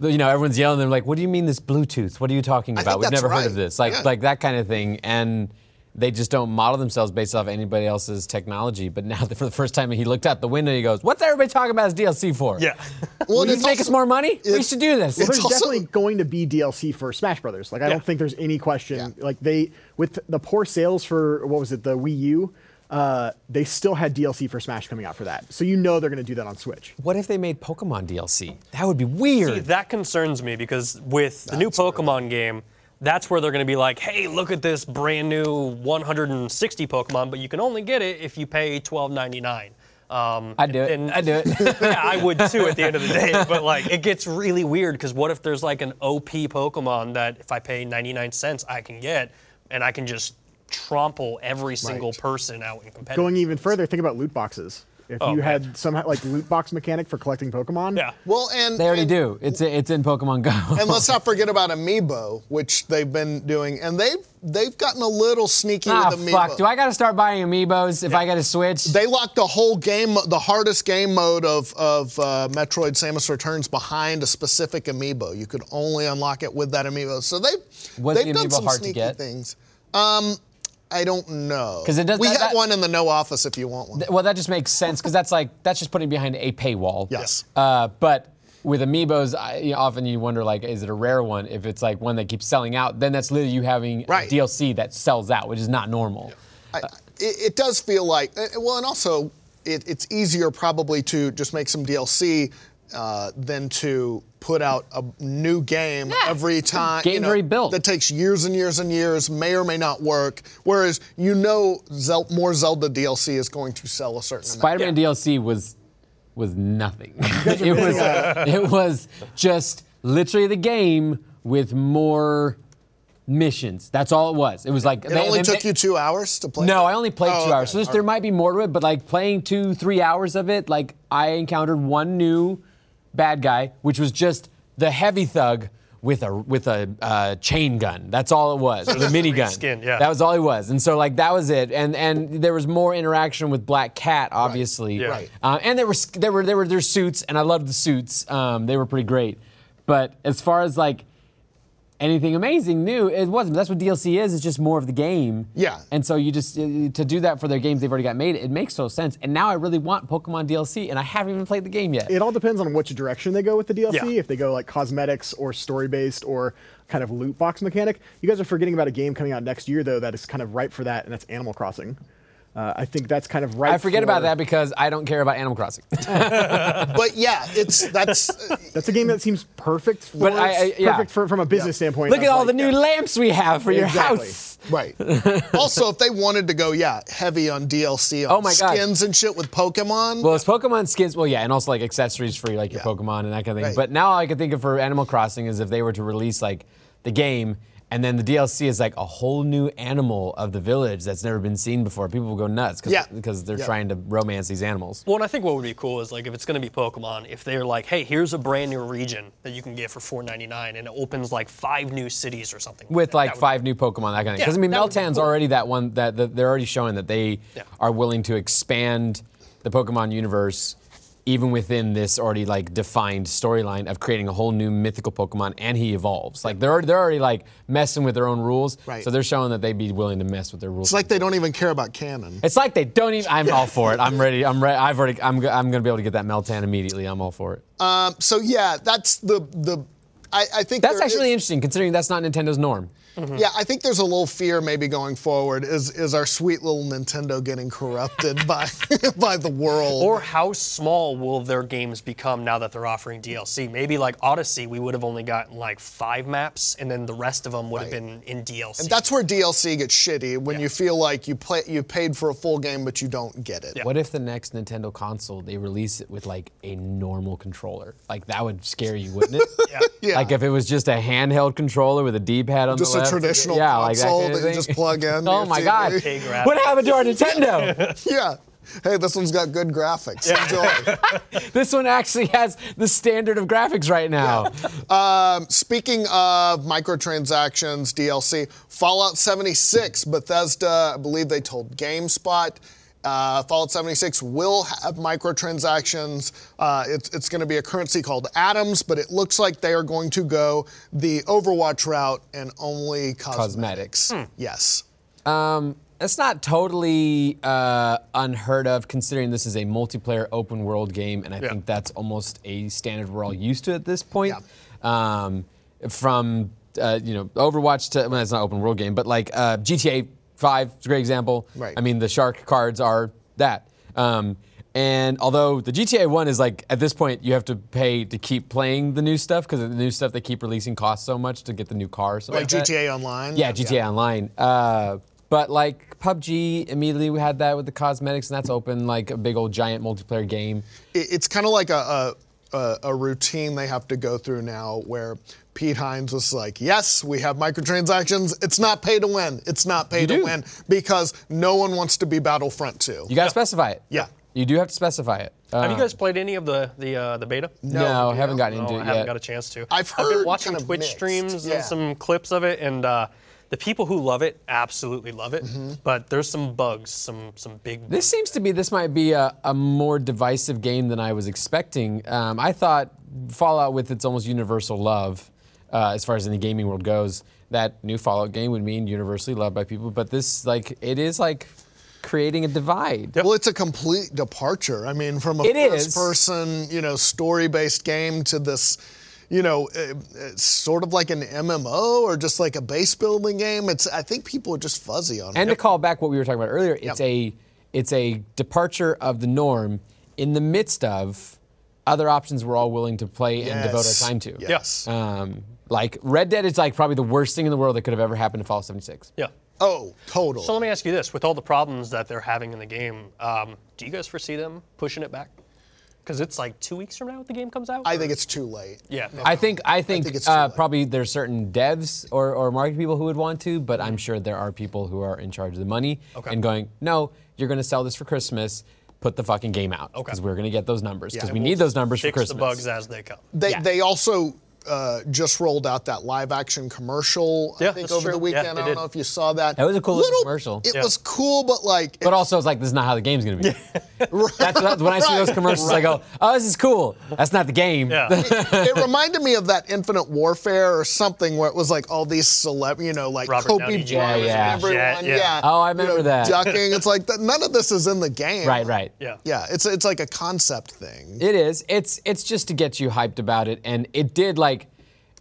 Speaker 3: the- You know, everyone's yelling. They're like, "What do you mean this Bluetooth? What are you talking about?
Speaker 2: think
Speaker 3: We've
Speaker 2: that's
Speaker 3: never heard
Speaker 2: right.
Speaker 3: of this." Like,
Speaker 2: Yeah.
Speaker 3: like that kind of thing. And they just don't model themselves based off anybody else's technology. But now, for the first time, he looked out the window. He goes, "What's everybody talking about this DLC for?
Speaker 4: Yeah.
Speaker 2: well,
Speaker 3: Will
Speaker 2: and
Speaker 3: you
Speaker 2: it's
Speaker 3: make
Speaker 2: also-
Speaker 3: us more money? we
Speaker 2: it's-
Speaker 3: should do this."
Speaker 5: Well,
Speaker 2: it's
Speaker 5: there's
Speaker 2: also-
Speaker 5: definitely going to be DLC for Smash Brothers. Like I
Speaker 4: Yeah.
Speaker 5: don't think there's any question.
Speaker 2: Yeah.
Speaker 5: Like they with the poor sales for what was it the Wii U, uh, they still had DLC for Smash coming out for that. So you know they're going to do that on Switch.
Speaker 3: What if they made Pokemon DLC? That would be weird.
Speaker 4: See, that concerns me because with the new Pokemon game, that's where they're going to be like, hey, look at this brand new 160 Pokemon, but you can only get it if you pay 12.99. Um,
Speaker 3: I'd do it.
Speaker 4: and-
Speaker 3: I'd do it.
Speaker 4: yeah, I would too at the end of the day. But like, it gets really weird because what if there's like an OP Pokemon that if I pay 99 cents, I can get, and I can just trample every single person out in competitive.
Speaker 5: Going even further, think about loot boxes. If you had somehow like loot box mechanic for collecting Pokemon,
Speaker 4: yeah.
Speaker 2: well, and
Speaker 3: They already
Speaker 2: and-
Speaker 3: do. It's it's in Pokemon Go.
Speaker 2: And let's not forget about Amiibo, which they've been doing, and they've they've gotten a little sneaky
Speaker 3: Ah,
Speaker 2: with Amiibo.
Speaker 3: fuck. Do I got to start buying amiibos if I got to switch?
Speaker 2: They locked the whole game, the hardest game mode of, of uh, Metroid Samus Returns behind a specific amiibo. You could only unlock it with that amiibo. So they've,
Speaker 3: Was
Speaker 2: they've
Speaker 3: the
Speaker 2: done
Speaker 3: amiibo
Speaker 2: some
Speaker 3: hard to
Speaker 2: sneaky
Speaker 3: get?
Speaker 2: things. Um, I don't know.
Speaker 3: 'Cause it does-
Speaker 2: we
Speaker 3: that-
Speaker 2: have
Speaker 3: that-
Speaker 2: one in the no office if you want one.
Speaker 3: well, that just makes sense because that's like that's just putting behind a paywall.
Speaker 2: Yes.
Speaker 3: Uh, but with amiibos, I, you know, often you wonder like, is it a rare one? If it's like one that keeps selling out, then that's literally you having a
Speaker 2: Right.
Speaker 3: DLC that sells out, which is not normal.
Speaker 2: I, it, it does feel like uh, well, and also it, it's easier probably to just make some DLC uh, than to put out a new game every time.
Speaker 3: game's already built.
Speaker 2: that takes years and years and years, may or may not work. Whereas you know, Zel- more Zelda DLC is going to sell a certain amount.
Speaker 3: Spider-Man DLC was was nothing. it was it was just literally the game with more missions. That's all it was. It was like
Speaker 2: It only took you two hours to play.
Speaker 3: No,
Speaker 2: it?
Speaker 3: I only played
Speaker 2: Oh,
Speaker 3: two
Speaker 2: okay,
Speaker 3: hours. So this,
Speaker 2: all
Speaker 3: there
Speaker 2: right.
Speaker 3: might be more to it, but like playing two, three hours of it, like I encountered one new bad guy, which was just the heavy thug with a with a uh, chain gun. That's all it was, or the minigun.
Speaker 4: reskin, yeah.
Speaker 3: That was all he was, and so like that was it. And and there was more interaction with Black Cat, obviously.
Speaker 4: Yeah. Right.
Speaker 3: Uh, and there were sk- there were there were their suits, and I loved the suits. Um, they were pretty great. But as far as like anything amazing new. It wasn't. That's what DLC is. It's just more of the game.
Speaker 2: Yeah.
Speaker 3: And so you just uh, to do that for their games they've already got made. It makes no sense. And now I really want Pokemon DLC, and I haven't even played the game yet.
Speaker 5: it all depends on which direction they go with the DLC.
Speaker 4: Yeah.
Speaker 5: If they go like cosmetics or story based or kind of loot box mechanic, you guys are forgetting about a game coming out next year though that is kind of ripe for that, and that's Animal Crossing. Uh, I think that's kind of right.
Speaker 3: I forget about that because I don't care about Animal Crossing.
Speaker 2: But yeah, it's that's uh,
Speaker 5: That's a game that seems perfect for
Speaker 3: But I- I- yeah.
Speaker 5: perfect for, from a business standpoint.
Speaker 3: Look
Speaker 5: of,
Speaker 3: at all
Speaker 5: like,
Speaker 3: the new lamps we have for
Speaker 5: Exactly.
Speaker 3: your house.
Speaker 2: Right. also, if they wanted to go, yeah, heavy on DLC, on
Speaker 3: Oh my God.
Speaker 2: skins and shit with Pokemon.
Speaker 3: Well, it's Pokemon skins. Well, yeah, and also like accessories for like your
Speaker 2: Yeah.
Speaker 3: Pokemon and that kind of thing.
Speaker 2: Right.
Speaker 3: But now all I can think of for Animal Crossing is if they were to release like the game and then the DLC is like a whole new animal of the village that's never been seen before. People will go nuts because
Speaker 2: Yeah.
Speaker 3: they're
Speaker 2: Yeah.
Speaker 3: trying to romance these animals.
Speaker 4: Well, and I think what would be cool is like if it's going to be Pokemon, if they're like, hey, here's a brand new region that you can get for 4.99, and it opens like five new cities or something.
Speaker 3: With
Speaker 4: that.
Speaker 3: like
Speaker 4: That would-
Speaker 3: five new Pokemon, that kind of thing.
Speaker 4: Yeah,
Speaker 3: Because I mean,
Speaker 4: that would be
Speaker 3: Meltan's
Speaker 4: cool.
Speaker 3: already that one that, that they're already showing that they
Speaker 4: Yeah.
Speaker 3: are willing to expand the Pokemon universe even within this already like defined storyline of creating a whole new mythical Pokemon, and he evolves. Like they're they're already like messing with their own rules,
Speaker 2: Right.
Speaker 3: so they're showing that they'd be willing to mess with their rules.
Speaker 2: It's like they don't even care about canon.
Speaker 3: It's like they don't even. I'm all for it. I'm ready. I'm ready. I've already. I'm. go- I'm gonna be able to get that Meltan immediately. I'm all for it.
Speaker 2: So yeah, that's the the. I, I think
Speaker 3: that's
Speaker 2: there is-
Speaker 3: actually interesting, considering that's not Nintendo's norm.
Speaker 2: Yeah, I think there's a little fear maybe going forward is is our sweet little Nintendo getting corrupted by by the world.
Speaker 4: Or how small will their games become now that they're offering DLC? Maybe like Odyssey, we would have only gotten like five maps, and then the rest of them would have been in DLC.
Speaker 2: And that's where DLC gets shitty when you feel like you play you paid for a full game but you don't get it.
Speaker 3: What if the next Nintendo console they release it with like a normal controller? Like that would scare you, wouldn't it? yeah.
Speaker 2: Yeah.
Speaker 3: Like if it was just a handheld controller with a D-pad on
Speaker 2: Just
Speaker 3: the
Speaker 2: a
Speaker 3: left.
Speaker 2: traditional
Speaker 3: yeah,
Speaker 2: console
Speaker 3: like that kind of
Speaker 2: that you
Speaker 3: thing.
Speaker 2: just plug in
Speaker 3: oh
Speaker 2: your
Speaker 3: my
Speaker 2: TV.
Speaker 3: God!
Speaker 4: Pig rat.
Speaker 3: What happened to our Nintendo?
Speaker 2: Yeah. Hey, this one's got good graphics. Enjoy.
Speaker 3: this one actually has the standard of graphics right now.
Speaker 2: Speaking of microtransactions, DLC, Fallout 76, Bethesda, I believe they told GameSpot. Uh, Fallout 76 will have microtransactions. Uh, it's it's going to be a currency called Atoms, but it looks like they are going to go the Overwatch route and only cosmetics.
Speaker 3: Cosmetics. Hmm.
Speaker 2: Yes.
Speaker 3: That's Um, not totally uh, unheard of, considering this is a multiplayer open world game, and I think that's almost a standard we're all used to at this point. Um, from uh, you know Overwatch to well, it's not an open world game, but like uh, GTA 5 is a great example.
Speaker 2: Right.
Speaker 3: I mean, the shark cards are that. Um, and although the GTA 1 is like at this point you have to pay to keep playing the new stuff because the new stuff they keep releasing costs so much to get the new car. or something
Speaker 2: Like
Speaker 3: like that.
Speaker 2: GTA Online.
Speaker 3: Yeah, GTA Online. Uh, but like PUBG, immediately we had that with the cosmetics, and that's open like a big old giant multiplayer game.
Speaker 2: it- it's kind of like a, a, a, a routine they have to go through now where Pete Hines was like, yes, we have microtransactions. It's not pay to win. It's not pay to
Speaker 3: do.
Speaker 2: win because no one wants to be Battlefront 2.
Speaker 3: You gotta specify it.
Speaker 2: Yeah.
Speaker 3: You do have to specify it. Uh,
Speaker 4: have you guys played any of the the uh, the beta?
Speaker 3: no, I haven't gotten
Speaker 4: No,
Speaker 3: into it
Speaker 4: I
Speaker 3: yet.
Speaker 4: haven't got a chance to.
Speaker 2: I've
Speaker 4: been
Speaker 2: heard
Speaker 4: watching
Speaker 2: kind of
Speaker 4: Twitch
Speaker 2: mixed,
Speaker 4: streams
Speaker 2: yeah.
Speaker 4: and some clips of it, and uh, the people who love it absolutely love it. But there's some bugs, some some big. bugs.
Speaker 3: This seems to be this might be a, a more divisive game than I was expecting. Um, I thought Fallout with its almost universal love, uh, as far as in the gaming world goes, that new Fallout game would mean universally loved by people. But this like it is like creating a divide.
Speaker 2: Well, it's a complete departure. I mean, from a
Speaker 3: It is.
Speaker 2: first-person, you know, story-based game to this, you know, uh, uh, sort of like an MMO or just like a base-building game. It's I think people are just fuzzy on it.
Speaker 3: And to call back what we were talking about earlier, it's a it's a departure of the norm in the midst of other options we're all willing to play and devote
Speaker 2: Yes.
Speaker 3: our time to.
Speaker 2: Yes.
Speaker 3: Um, like Red Dead is like probably the worst thing in the world that could have ever happened to Fallout 76.
Speaker 4: yeah.
Speaker 2: oh, total.
Speaker 4: So let me ask you this: with all the problems that they're having in the game, um, do you guys foresee them pushing it back? Because it's like two weeks from now that the game comes out.
Speaker 2: I think it's too late.
Speaker 4: yeah.
Speaker 3: I think I think,
Speaker 2: think it's too
Speaker 3: uh,
Speaker 2: late.
Speaker 3: probably there's certain devs or, or market people who would want to, but I'm sure there are people who are in charge of the money and going, no, you're going to sell this for Christmas. Put the fucking game out because we're going to get those numbers because we need those numbers for
Speaker 4: Fix
Speaker 3: Christmas.
Speaker 4: the bugs as they come.
Speaker 2: They they also uh, just rolled out that live action commercial. I
Speaker 4: Yeah,
Speaker 2: think
Speaker 4: that's
Speaker 2: over the
Speaker 4: true. Yeah,
Speaker 2: weekend.
Speaker 4: they
Speaker 2: I don't
Speaker 4: did.
Speaker 2: know if you saw that.
Speaker 3: That was a cool little commercial.
Speaker 2: It
Speaker 4: Yeah.
Speaker 2: was cool, but like,
Speaker 3: But also, it's like this is not how the game's gonna be. that's, that's when I see those commercials. I go, "Oh, this is cool. That's not the game."
Speaker 4: Yeah.
Speaker 2: it, it reminded me of that Infinite Warfare or something where it was like all these celeb, you know, like
Speaker 4: Robert
Speaker 2: Kobe
Speaker 4: Downey
Speaker 2: Bryant,
Speaker 4: Jr.
Speaker 2: and
Speaker 3: Yeah, yeah.
Speaker 2: everyone, yeah.
Speaker 4: Yeah, yeah.
Speaker 3: Oh, I
Speaker 2: you know,
Speaker 3: remember that.
Speaker 2: ducking. It's like that, none of this is in the game.
Speaker 3: Right, right.
Speaker 4: yeah.
Speaker 2: Yeah, it's it's like a concept thing.
Speaker 3: It is. It's it's just to get you hyped about it, and it did like,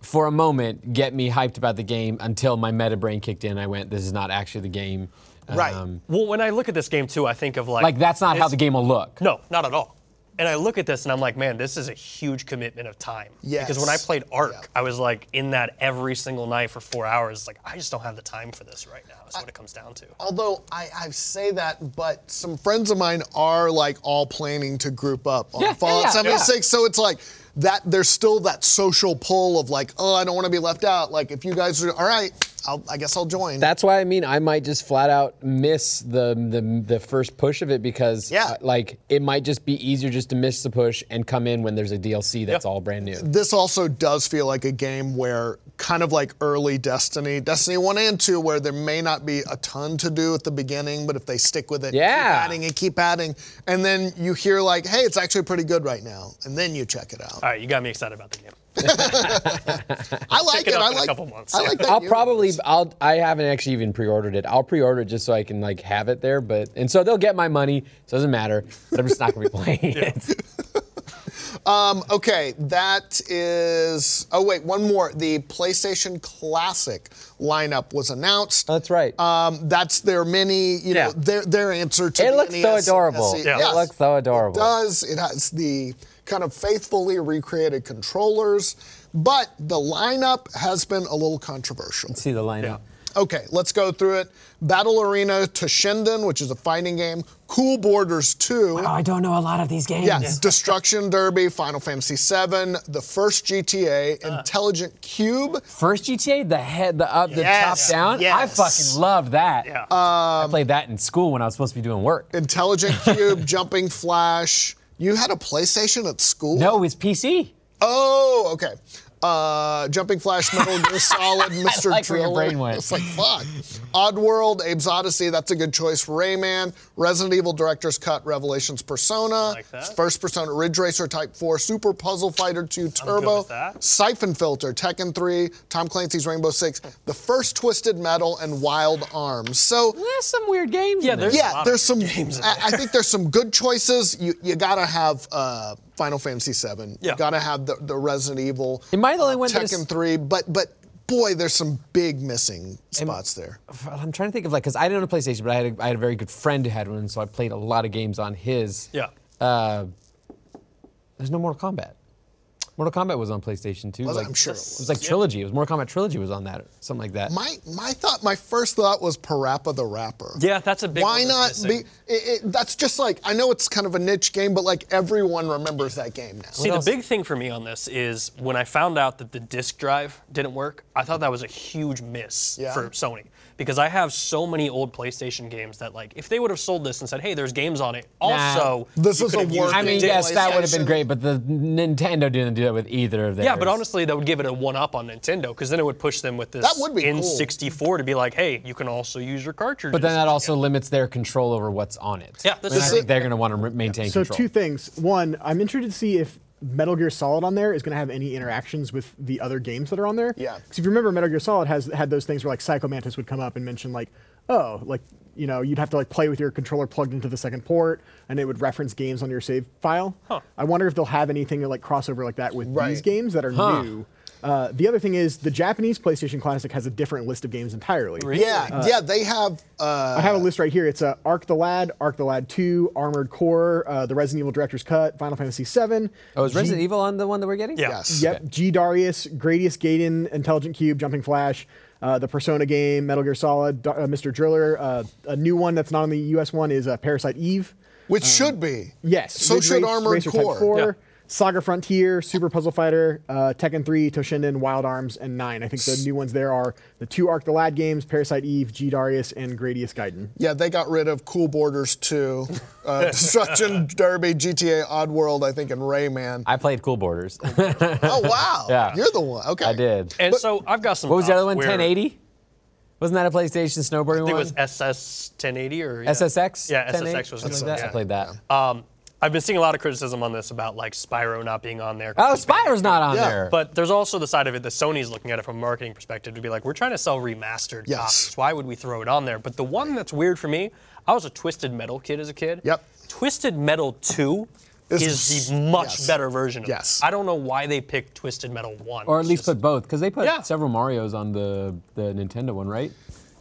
Speaker 3: for a moment, get me hyped about the game until my meta brain kicked in. I went, "This is not actually the game."
Speaker 2: Right.
Speaker 3: Um,
Speaker 4: Well, when I look at this game too, I think of like
Speaker 3: like that's not how
Speaker 4: it's-
Speaker 3: the game will look.
Speaker 4: No, not at all. And I look at this and I'm like, man, this is a huge commitment of time.
Speaker 2: Yes.
Speaker 4: Because when I played Ark,
Speaker 2: Yeah.
Speaker 4: I was like in that every single night for four hours. Like, I just don't have the time for this right now. Is what it comes down to.
Speaker 2: Although I, I say that, but some friends of mine are like all planning to group up on
Speaker 3: Yeah, yeah,
Speaker 2: Fallout
Speaker 3: yeah,
Speaker 2: 76, so it's like that there's still that social pull of like, oh, I don't want to be left out. Like, if you guys are all right, I'll, I guess I'll join.
Speaker 3: That's why I mean I might just flat out miss the the, the first push of it because
Speaker 2: Yeah.
Speaker 3: uh, like it might just be easier just to miss the push and come in when there's a DLC that's all brand new.
Speaker 2: this also does feel like a game where kind of like early Destiny, Destiny 1 and 2, where there may not be a ton to do at the beginning, but if they stick with it,
Speaker 3: Yeah.
Speaker 2: keep adding and keep adding, and then you hear like, hey, it's actually pretty good right now, and then you check it out.
Speaker 4: All right, you got me excited about the game.
Speaker 2: I like
Speaker 4: pick
Speaker 2: it.
Speaker 4: it up
Speaker 2: I
Speaker 4: in a
Speaker 2: like.
Speaker 4: couple months.
Speaker 2: I like that.
Speaker 3: I'll
Speaker 2: universe.
Speaker 3: probably I'll I haven't actually even pre-ordered it. I'll pre-order it just so I can like have it there, but and so they'll get my money. So it doesn't matter. But I'm just not gonna be playing it.
Speaker 2: Okay, that is. Oh wait, one more. The PlayStation Classic lineup was announced.
Speaker 3: That's right.
Speaker 2: Um, that's their mini. You
Speaker 3: Uh, Yeah.
Speaker 2: know, their their answer to.
Speaker 3: it
Speaker 2: the E
Speaker 3: looks so
Speaker 2: NES,
Speaker 3: adorable.
Speaker 2: SE.
Speaker 4: Yeah.
Speaker 2: Yes.
Speaker 3: It looks so adorable.
Speaker 2: does. It has the kind of faithfully recreated controllers, but the lineup has been a little controversial.
Speaker 3: See the lineup.
Speaker 2: Okay, let's go through it. Battle Arena Toshinden, which is a fighting game. Cool Borders 2.
Speaker 3: Oh, I don't know a lot of these games.
Speaker 2: Yes, Destruction Derby, Final Fantasy VII, the first GTA, Intelligent Cube.
Speaker 3: First GTA, the head, the up, the
Speaker 2: Yes,
Speaker 3: top down. I
Speaker 2: yes. Um,
Speaker 3: fucking loved that.
Speaker 4: Yeah.
Speaker 3: I played that in school when I was supposed to be doing work.
Speaker 2: Intelligent Cube, Jumping Flash. You had a PlayStation at school?
Speaker 3: No, it's PC.
Speaker 2: Oh, okay. Uh, Jumping Flash, Metal Gear Solid, Mr.
Speaker 3: like where your
Speaker 2: Driller.
Speaker 3: brain went.
Speaker 2: It's like fuck. Oddworld, Abe's Odyssey. That's a good choice. Rayman, Resident Evil Director's Cut, Revelations, Persona,
Speaker 4: Like that.
Speaker 2: First Persona, Ridge Racer Type Four, Super Puzzle Fighter Two,
Speaker 4: good
Speaker 2: Turbo,
Speaker 4: with that.
Speaker 2: Siphon Filter, Tekken Three, Tom Clancy's Rainbow Six, The First Twisted Metal, and Wild Arms. So.
Speaker 3: There's Eh, some weird games. Yeah,
Speaker 4: there's- a lot
Speaker 2: Yeah,
Speaker 4: of
Speaker 2: there's some.
Speaker 4: games in
Speaker 2: I, I think there's some good choices. You you gotta have uh, Final Fantasy VII.
Speaker 4: Yeah.
Speaker 2: You gotta have the, the Resident Evil. uh,
Speaker 3: It might only went to
Speaker 2: Tekken three, but but boy, there's some big missing spots there.
Speaker 3: I'm trying to think of like, because I didn't own a PlayStation, but I had a, I had a very good friend who had one, so I played a lot of games on his.
Speaker 4: yeah.
Speaker 3: Uh, there's no Mortal Kombat. Mortal Kombat was on PlayStation too.
Speaker 2: Was it?
Speaker 3: like-
Speaker 2: I'm sure it
Speaker 3: It
Speaker 2: was.
Speaker 3: was like trilogy. It was Mortal Kombat trilogy was on that, or something like that.
Speaker 2: My my thought, my first thought was Parappa the Rapper.
Speaker 4: Yeah, that's a big
Speaker 2: Why
Speaker 4: one
Speaker 2: not
Speaker 4: that's
Speaker 2: be?
Speaker 4: missing.
Speaker 2: It, it, that's just like I know it's kind of a niche game, but like everyone remembers that game now.
Speaker 4: See, the big thing for me on this is when I found out that the disk drive didn't work, I thought that was a huge miss
Speaker 2: Yeah.
Speaker 4: for Sony because I have so many old PlayStation games that, like, if they would have sold this and said, "Hey, there's games on it," also,
Speaker 2: This
Speaker 4: you
Speaker 2: is
Speaker 4: could
Speaker 2: a
Speaker 4: have used
Speaker 2: work-
Speaker 3: I
Speaker 4: it.
Speaker 3: mean,
Speaker 2: Did
Speaker 3: yes, that would have
Speaker 2: PlayStation-
Speaker 3: been great, but the Nintendo didn't do that with either of theirs.
Speaker 4: Yeah, but honestly, that would give it a one up on Nintendo because then it would push them with this
Speaker 2: That would be cool.
Speaker 4: N64 to be like, hey, you can also use your cartridges.
Speaker 3: But then that also limits their control over what's on it.
Speaker 4: Yeah, this
Speaker 3: And I
Speaker 4: is
Speaker 3: think
Speaker 2: it.
Speaker 3: they're going to want to maintain
Speaker 5: So
Speaker 3: control.
Speaker 5: two things. One, I'm interested to see if Metal Gear Solid on there is going to have any interactions with the other games that are on there.
Speaker 2: Yeah.
Speaker 5: Because if you remember, Metal Gear Solid has had those things where like Psycho Mantis would come up and mention like, oh, like you know, you'd have to like play with your controller plugged into the second port, and it would reference games on your save file. I wonder if they'll have anything to like crossover like that with these
Speaker 2: Right.
Speaker 5: games that are new. Uh, the other thing is the Japanese PlayStation Classic has a different list of games entirely.
Speaker 2: yeah, yeah, they have. Uh,
Speaker 5: I have a list right here. It's uh, Arc the Lad, Arc the Lad 2, Armored Core, uh, the Resident Evil Director's Cut, Final Fantasy VII.
Speaker 3: Oh, is Resident Evil on the one that we're getting?
Speaker 4: Yeah.
Speaker 2: yes.
Speaker 5: Yep, G Darius, Gradius Gaiden, Intelligent Cube, Jumping Flash, uh, the Persona game, Metal Gear Solid, Do- uh, Mr. Driller. Uh, a new one that's not on the US one is uh, Parasite Eve.
Speaker 2: Which should be.
Speaker 5: um, Yes.
Speaker 2: So
Speaker 5: Ridge
Speaker 2: should
Speaker 5: Race-
Speaker 2: Armored
Speaker 5: Racer Type
Speaker 2: Core.
Speaker 5: 4,
Speaker 4: Yeah.
Speaker 5: Saga Frontier, Super Puzzle Fighter, uh, Tekken 3, Toshinden, Wild Arms, and 9. I think the new ones there are the two Arc the Lad games, Parasite Eve, G Darius, and Gradius Gaiden.
Speaker 2: Yeah, they got rid of Cool Borders 2, uh, Destruction Derby, GTA Oddworld, I think, and Rayman.
Speaker 3: I played Cool Borders.
Speaker 2: Oh, wow.
Speaker 3: Yeah.
Speaker 2: You're the one. Okay.
Speaker 3: I did.
Speaker 4: And so I've got some.
Speaker 3: What was the
Speaker 4: thoughts
Speaker 3: other one?
Speaker 4: Oh, where-
Speaker 3: 1080? Wasn't that a PlayStation snowboarding
Speaker 4: I think it
Speaker 3: one?
Speaker 4: was SS 1080 or yeah.
Speaker 3: SSX?
Speaker 4: Yeah,
Speaker 3: 1080?
Speaker 4: SSX was
Speaker 3: Something
Speaker 4: another
Speaker 3: like that.
Speaker 4: one,
Speaker 3: I played that.
Speaker 4: Um, I've been seeing a lot of criticism on this about like Spyro not being on there.
Speaker 3: Oh, Spyro's not on
Speaker 2: Yeah,
Speaker 3: there.
Speaker 4: But there's also the side of it that Sony's looking at it from a marketing perspective to be like, we're trying to sell remastered
Speaker 2: Yes.
Speaker 4: copies. Why would we throw it on there? But the one that's weird for me, I was a Twisted Metal kid as a kid.
Speaker 2: Yep.
Speaker 4: Twisted Metal 2
Speaker 2: This
Speaker 4: is
Speaker 2: is-
Speaker 4: the much
Speaker 2: yes.
Speaker 4: better version of
Speaker 2: Yes.
Speaker 4: this. I don't know why they picked Twisted Metal 1.
Speaker 3: or at least put both, because they put
Speaker 4: Yeah.
Speaker 3: several Marios on the, the Nintendo one, right?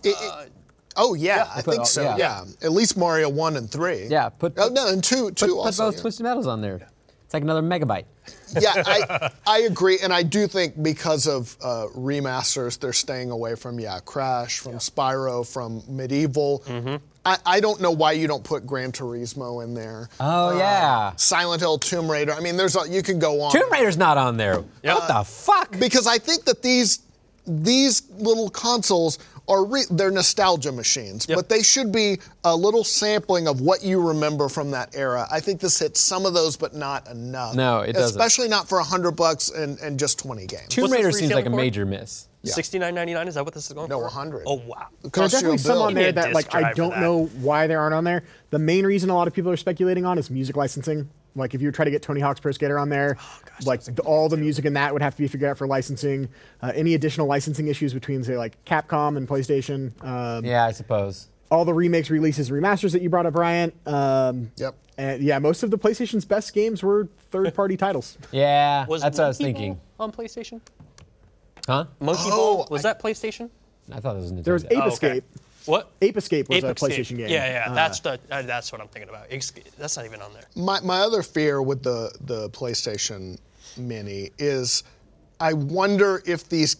Speaker 2: It- it- oh yeah, I
Speaker 3: put
Speaker 2: think
Speaker 3: all-
Speaker 2: so.
Speaker 3: yeah.
Speaker 2: Yeah. at least Mario one and three.
Speaker 3: Yeah, put-
Speaker 2: oh, no, and two, two
Speaker 3: put
Speaker 2: also.
Speaker 3: both
Speaker 2: yeah.
Speaker 3: Twisted Metals on there. It's like another megabyte.
Speaker 2: yeah, I, I agree, and I do think because of uh, remasters, they're staying away from yeah, Crash, from Spyro, from Medieval.
Speaker 3: Mm-hmm.
Speaker 2: I, I don't know why you don't put Gran Turismo in there. Uh,
Speaker 3: Oh yeah.
Speaker 2: Silent Hill, Tomb Raider. I mean, there's a, you can go on.
Speaker 3: Tomb Raider's not on there. What
Speaker 2: Uh,
Speaker 3: the fuck?
Speaker 2: because I think that these these little consoles are re- they're nostalgia machines, but they should be a little sampling of what you remember from that era. I think this hits some of those, but not enough.
Speaker 3: No, it doesn't.
Speaker 2: Especially not for hundred bucks and, and just twenty games.
Speaker 3: Tomb
Speaker 4: What's the
Speaker 3: Raider
Speaker 4: free
Speaker 3: seems like a
Speaker 4: teleport?
Speaker 3: major miss.
Speaker 4: Sixty-nine ninety-nine. Is that what this is going
Speaker 2: No,
Speaker 4: for?
Speaker 2: 100.
Speaker 4: Oh wow.
Speaker 5: There's
Speaker 2: Cost you a
Speaker 5: definitely some
Speaker 2: bill.
Speaker 5: on
Speaker 4: Give me
Speaker 5: there
Speaker 4: a
Speaker 5: that
Speaker 4: disk
Speaker 5: like I
Speaker 4: drive for
Speaker 5: don't
Speaker 4: that.
Speaker 5: know why there aren't on there. The main reason a lot of people are speculating on is music licensing. Like if you were trying to get Tony Hawk's Pro Skater on there,
Speaker 4: Oh,
Speaker 5: like the, all the music in that would have to be figured out for licensing. Uh, any additional licensing issues between say like Capcom and PlayStation. Um,
Speaker 3: Yeah, I suppose.
Speaker 5: All the remakes, releases, remasters that you brought up, Ryan. Um,
Speaker 2: Yep.
Speaker 5: And yeah, most of the PlayStation's best games were third-party titles.
Speaker 3: Yeah,
Speaker 4: Was
Speaker 3: that's what I was
Speaker 4: Monkey
Speaker 3: thinking.
Speaker 4: Ball on PlayStation.
Speaker 3: Huh?
Speaker 4: Monkey
Speaker 2: Oh,
Speaker 4: Ball was that PlayStation?
Speaker 3: I thought it was Nintendo.
Speaker 5: There was Ape
Speaker 4: Oh, okay.
Speaker 5: Escape.
Speaker 4: What?
Speaker 5: Ape Escape was
Speaker 4: Ape
Speaker 5: a
Speaker 4: Escape.
Speaker 5: PlayStation game.
Speaker 4: Yeah,
Speaker 2: Uh-huh.
Speaker 4: yeah.
Speaker 5: Uh,
Speaker 4: that's the. Uh, that's what I'm thinking about. Ex- That's not even on there.
Speaker 2: My, my other fear with the, the PlayStation Mini is I wonder if these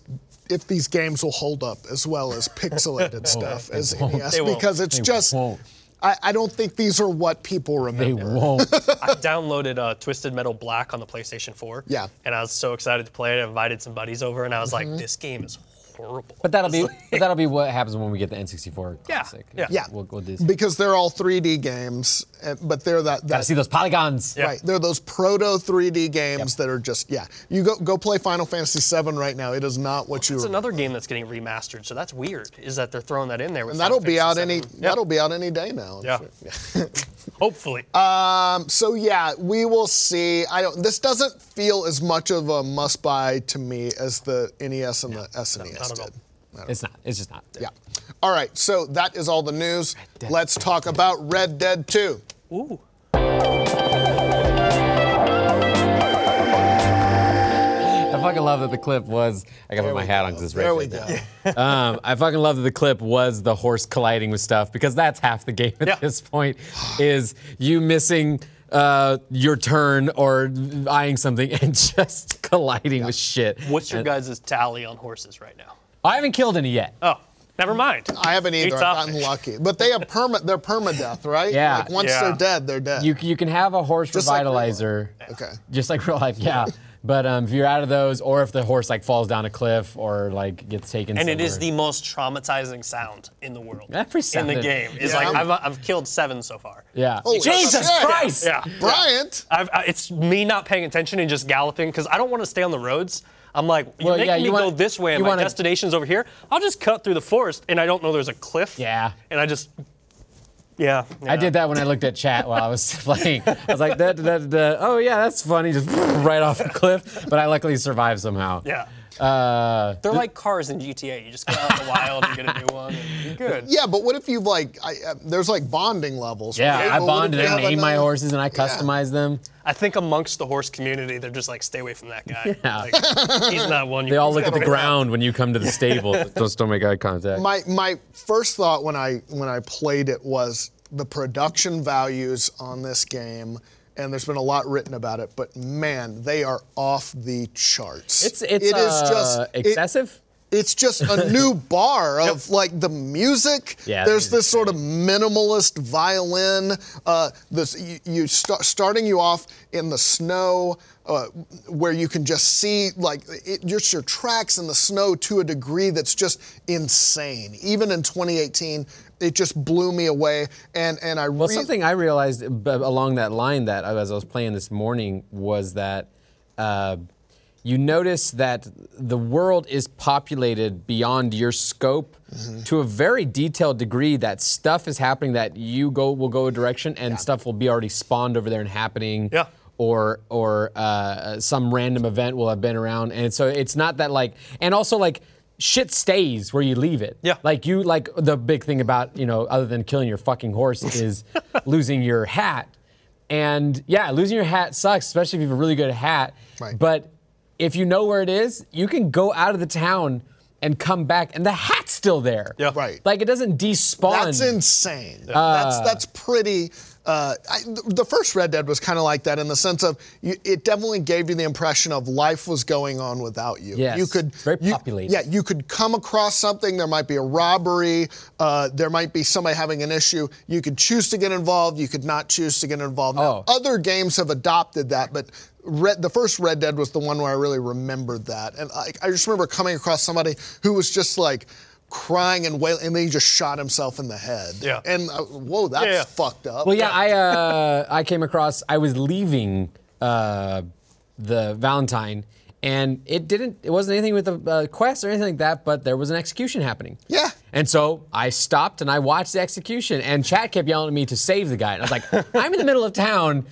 Speaker 2: if these games will hold up as well as pixelated stuff as NES
Speaker 4: They won't.
Speaker 2: because it's
Speaker 3: They
Speaker 2: just
Speaker 3: won't.
Speaker 2: I, I don't think these are what people
Speaker 3: They
Speaker 2: remember.
Speaker 3: won't.
Speaker 4: I downloaded uh, Twisted Metal Black on the PlayStation 4.
Speaker 2: Yeah. Mm-hmm.
Speaker 4: And I was so excited to play it. I invited some buddies over, and I was like, "This game is horrible."
Speaker 3: But that'll be but that'll be what happens when we get the N64
Speaker 4: Yeah,
Speaker 3: classic.
Speaker 4: yeah.
Speaker 2: Yeah.
Speaker 3: We'll, we'll do
Speaker 2: Because they're all 3D games, and- but they're that,
Speaker 3: Gotta
Speaker 2: that
Speaker 3: see those polygons.
Speaker 4: Yeah.
Speaker 2: right. They're those proto 3D games that are just yeah. You go go play Final Fantasy 7 right now. It is not what you.
Speaker 4: It's
Speaker 2: remember.
Speaker 4: another game that's getting remastered, so that's weird. Is that they're throwing that in there? With
Speaker 2: And that'll
Speaker 4: Final
Speaker 2: be out
Speaker 4: Fantasy
Speaker 2: any
Speaker 4: VII.
Speaker 2: that'll be out any day now. I'm
Speaker 4: Yeah.
Speaker 2: sure. Yeah.
Speaker 4: Hopefully.
Speaker 2: Uh, So yeah, we will see. I don't. This doesn't feel as much of a must-buy to me as the NES and the SNES
Speaker 4: not at all.
Speaker 2: did.
Speaker 3: It's not. It's just not.
Speaker 2: Yeah. All right. So that is all the news. Let's talk about Red Dead 2.
Speaker 4: Ooh.
Speaker 3: I fucking love that the clip was. I gotta put my hat on because it's right
Speaker 2: There we go.
Speaker 3: now. um, I fucking love that the clip was the horse colliding with stuff because that's half the game at
Speaker 4: Yeah.
Speaker 3: this point is you missing uh, your turn or eyeing something and just colliding with shit.
Speaker 4: What's your guys' tally on horses right now?
Speaker 3: I haven't killed any yet.
Speaker 4: Oh, never mind.
Speaker 2: I haven't either. I've
Speaker 4: off.
Speaker 2: gotten lucky, but they have perma. They're permadeath, right?
Speaker 3: Yeah.
Speaker 2: Like once
Speaker 4: Yeah.
Speaker 2: they're dead, they're dead.
Speaker 3: You, you can have a horse
Speaker 2: Just like real life.
Speaker 3: revitalizer.
Speaker 2: okay.
Speaker 3: Just like real life, yeah. But um, if you're out of those, or if the horse like falls down a cliff or like gets taken,
Speaker 4: And it is
Speaker 3: somewhere.
Speaker 4: the most traumatizing sound in the world.
Speaker 3: Every sound
Speaker 4: in the
Speaker 3: is-
Speaker 4: game. It's
Speaker 2: Yeah.
Speaker 4: like I've, I've killed seven so far.
Speaker 3: yeah.
Speaker 2: Holy
Speaker 3: Jesus
Speaker 2: shit.
Speaker 3: Christ!
Speaker 4: Yeah.
Speaker 2: Bryant.
Speaker 4: I've, I, it's me not paying attention and just galloping because I don't want to stay on the roads. I'm like, you're
Speaker 3: Well,
Speaker 4: making
Speaker 3: yeah,
Speaker 4: me
Speaker 3: you
Speaker 4: go
Speaker 3: wanna-
Speaker 4: this way, and
Speaker 3: you
Speaker 4: my
Speaker 3: wanna-
Speaker 4: destination's over here. I'll just cut through the forest, and I don't know there's a cliff.
Speaker 3: Yeah.
Speaker 4: And I just, yeah.
Speaker 3: I did that when I looked at chat while I was playing. I was like, da, da, da, da. oh yeah, that's funny, just right off a cliff. But I luckily survived somehow.
Speaker 4: Yeah.
Speaker 3: Uh,
Speaker 4: They're like cars in GTA. You just go out in the wild and get a new one. And you're good.
Speaker 2: Yeah, but what if you've like? I, uh, there's like bonding levels.
Speaker 3: yeah,
Speaker 2: right?
Speaker 3: I
Speaker 2: But what if
Speaker 3: bonded
Speaker 2: you
Speaker 3: and
Speaker 2: have
Speaker 3: named my
Speaker 2: another-
Speaker 3: horses and I customized them.
Speaker 4: I think amongst the horse community, they're just like, stay away from that guy.
Speaker 3: Yeah.
Speaker 4: Like, he's not one. You
Speaker 3: They all
Speaker 4: can
Speaker 3: look at the
Speaker 4: go
Speaker 3: ground when you come to the stable. Just don't make eye contact.
Speaker 2: my my first thought when I when I played it was the production values on this game, and there's been a lot written about it, but man, they are off the charts.
Speaker 3: it's it's
Speaker 2: It is
Speaker 3: uh,
Speaker 2: it-
Speaker 3: excessive.
Speaker 2: it's just a new bar of like the music.
Speaker 3: Yeah,
Speaker 2: There's
Speaker 3: the
Speaker 2: this sort of minimalist violin. Uh, this you, you start starting you off in the snow, uh, where you can just see like it, just your tracks in the snow to a degree that's just insane. Even in 2018, it just blew me away. And and I
Speaker 3: Well,
Speaker 2: re-
Speaker 3: something I realized uh, b- along that line that I- as I was playing this morning was that uh, you notice that the world is populated beyond your scope to a very detailed degree. That stuff is happening that you go will go a direction, and stuff will be already spawned over there and happening.
Speaker 4: Yeah.
Speaker 3: Or, or uh, some random event will have been around, and so it's not that like, and also like, shit stays where you leave it.
Speaker 4: Yeah.
Speaker 3: Like you like the big thing about, you know, other than killing your fucking horse is losing your hat. And yeah, losing your hat sucks, especially if you have a really good hat.
Speaker 2: Right.
Speaker 3: But if you know where it is, you can go out of the town and come back and the hat's still there.
Speaker 4: Yeah.
Speaker 2: Right.
Speaker 3: Like it doesn't despawn. Ah.
Speaker 2: That's insane. that's that's pretty. uh, I, th- the first Red Dead was kind of like that in the sense of you, it definitely gave you the impression of life was going on without you.
Speaker 3: Yes.
Speaker 2: You could
Speaker 3: Very
Speaker 2: you-
Speaker 3: populated.
Speaker 2: Yeah, you could come across something. There might be a robbery. Uh, there might be somebody having an issue. You could choose to get involved. You could not choose to get involved. Now,
Speaker 3: Oh.
Speaker 2: Other games have adopted that, but Red, the first Red Dead was the one where I really remembered that. And I, I just remember coming across somebody who was just like crying and wailing, and then he just shot himself in the head.
Speaker 4: Yeah.
Speaker 2: And I, whoa, that's
Speaker 4: Yeah, yeah.
Speaker 2: fucked up.
Speaker 3: Well, yeah, I uh, I came across. I was leaving uh, the Valentine, and it didn't. It wasn't anything with the uh, quest or anything like that. But there was an execution happening.
Speaker 2: Yeah.
Speaker 3: And so I stopped and I watched the execution, and chat kept yelling at me to save the guy. And I was like, I'm in the middle of town.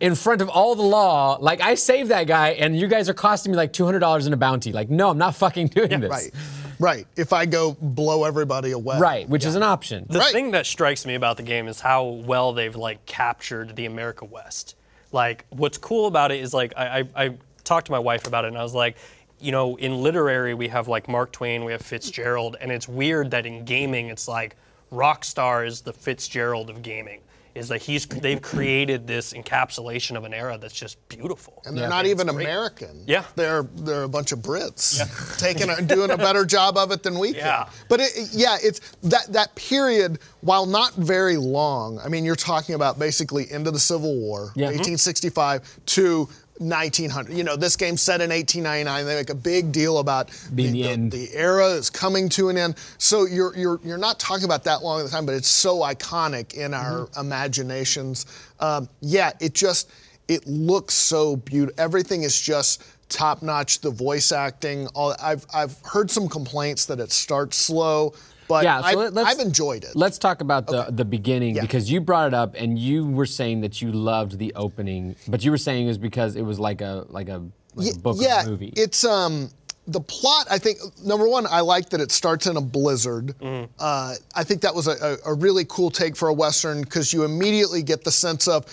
Speaker 3: In front of all the law, like I saved that guy, and you guys are costing me like two hundred dollars in a bounty. Like, no, I'm not fucking doing this.
Speaker 2: Right. Right. If I go blow everybody away.
Speaker 3: Right, which is an option.
Speaker 4: The
Speaker 2: Right.
Speaker 4: thing that strikes me about the game is how well they've like captured the America West. Like, what's cool about it is like I, I, I talked to my wife about it, and I was like, you know, in literary we have like Mark Twain, we have Fitzgerald, and it's weird that in gaming it's like Rockstar is the Fitzgerald of gaming. Is that he's they've created this encapsulation of an era that's just beautiful.
Speaker 2: And they're not even American.
Speaker 4: Yeah.
Speaker 2: They're they're a bunch of Brits taking a, doing a better job of it than we
Speaker 4: Yeah.
Speaker 2: can. But it, it- yeah, it's that that period while not very long. I mean, you're talking about basically into the Civil War,
Speaker 3: Yeah. Mm-hmm.
Speaker 2: 1865 to 1900. You know, this game's set in 1899. They make a big deal about
Speaker 3: Being the end.
Speaker 2: the era is coming to an end. So you're you're you're not talking about that long of a time, but it's so iconic in our
Speaker 3: Mm-hmm.
Speaker 2: imaginations. Um, yeah, it just it looks so beautiful. Everything is just top notch. The voice acting. All I've I've heard some complaints that it starts slow, but
Speaker 3: Yeah, so
Speaker 2: I've,
Speaker 3: let- let's-
Speaker 2: I've enjoyed it.
Speaker 3: Let's talk about the, the beginning
Speaker 2: Yeah.
Speaker 3: because you brought it up and you were saying that you loved the opening, but you were saying it was because it was like a like a, like a
Speaker 2: Ye-
Speaker 3: book
Speaker 2: yeah,
Speaker 3: or a movie.
Speaker 2: It's um the plot. I think number one, I like that it starts in a blizzard.
Speaker 3: Mm-hmm.
Speaker 2: Uh, I think that was a, a, a really cool take for a western because you immediately get the sense of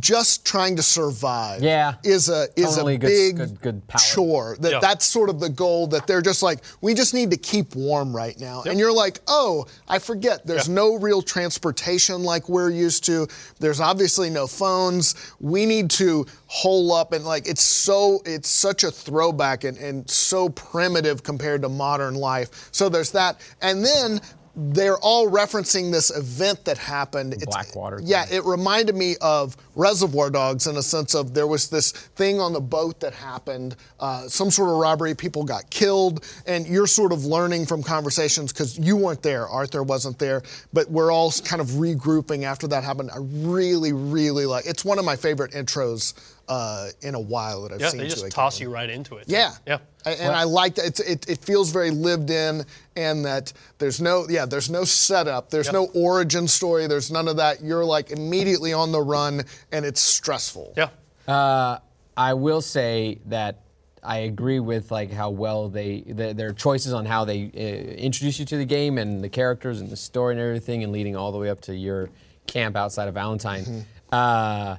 Speaker 2: just trying to survive.
Speaker 3: Yeah.
Speaker 2: is a is
Speaker 3: Totally
Speaker 2: a
Speaker 3: good-
Speaker 2: big
Speaker 3: good- good palette.
Speaker 2: chore. That
Speaker 4: Yeah.
Speaker 2: that's sort of the goal. That they're just like we just need to keep warm right now. And you're like, oh, I forget. There's no real transportation like we're used to. There's obviously no phones. We need to hole up and like it's so it's such a throwback and, and so primitive compared to modern life. So there's that. And then they're all referencing this event that happened. It's-
Speaker 3: Blackwater
Speaker 2: Yeah, it reminded me of Reservoir Dogs in a sense of there was this thing on the boat that happened, uh, some sort of robbery, people got killed, and you're sort of learning from conversations because you weren't there, Arthur wasn't there, but we're all s- kind of regrouping after that happened. I really, really like it's one of my favorite intros uh, in a while that I've
Speaker 4: Yeah,
Speaker 2: seen.
Speaker 4: they
Speaker 2: to
Speaker 4: just
Speaker 2: a
Speaker 4: toss
Speaker 2: game.
Speaker 4: you right into it.
Speaker 2: Yeah.
Speaker 4: Yeah.
Speaker 2: I, and I like that. It's, it, it feels very lived in, and that there's no yeah, there's no setup, there's no origin story, there's none of that. You're like immediately on the run, and it's stressful.
Speaker 4: Yeah.
Speaker 3: Uh, I will say that I agree with like how well they the, their choices on how they uh, introduce you to the game and the characters and the story and everything, and leading all the way up to your camp outside of Valentine. Uh,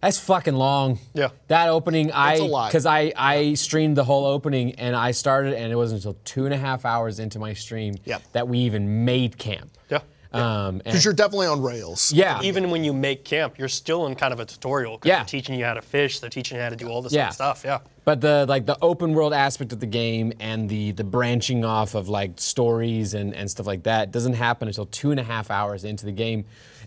Speaker 3: that's fucking long.
Speaker 4: Yeah.
Speaker 3: That opening, I
Speaker 2: a lot.
Speaker 3: because I I streamed the whole opening and I started and it wasn't until two and a half hours into my stream
Speaker 2: Yep.
Speaker 3: that we even made camp.
Speaker 4: Yeah.
Speaker 3: Um, and,
Speaker 2: Because you're definitely on rails.
Speaker 3: yeah.
Speaker 4: Even when you make camp, you're still in kind of a tutorial because
Speaker 3: Yeah.
Speaker 4: they're teaching you how to fish, they're teaching you how to do all this
Speaker 3: Yeah.
Speaker 4: stuff. Yeah.
Speaker 3: But the like the open world aspect of the game and the the branching off of like stories and, and stuff like that doesn't happen until two and a half hours into the game,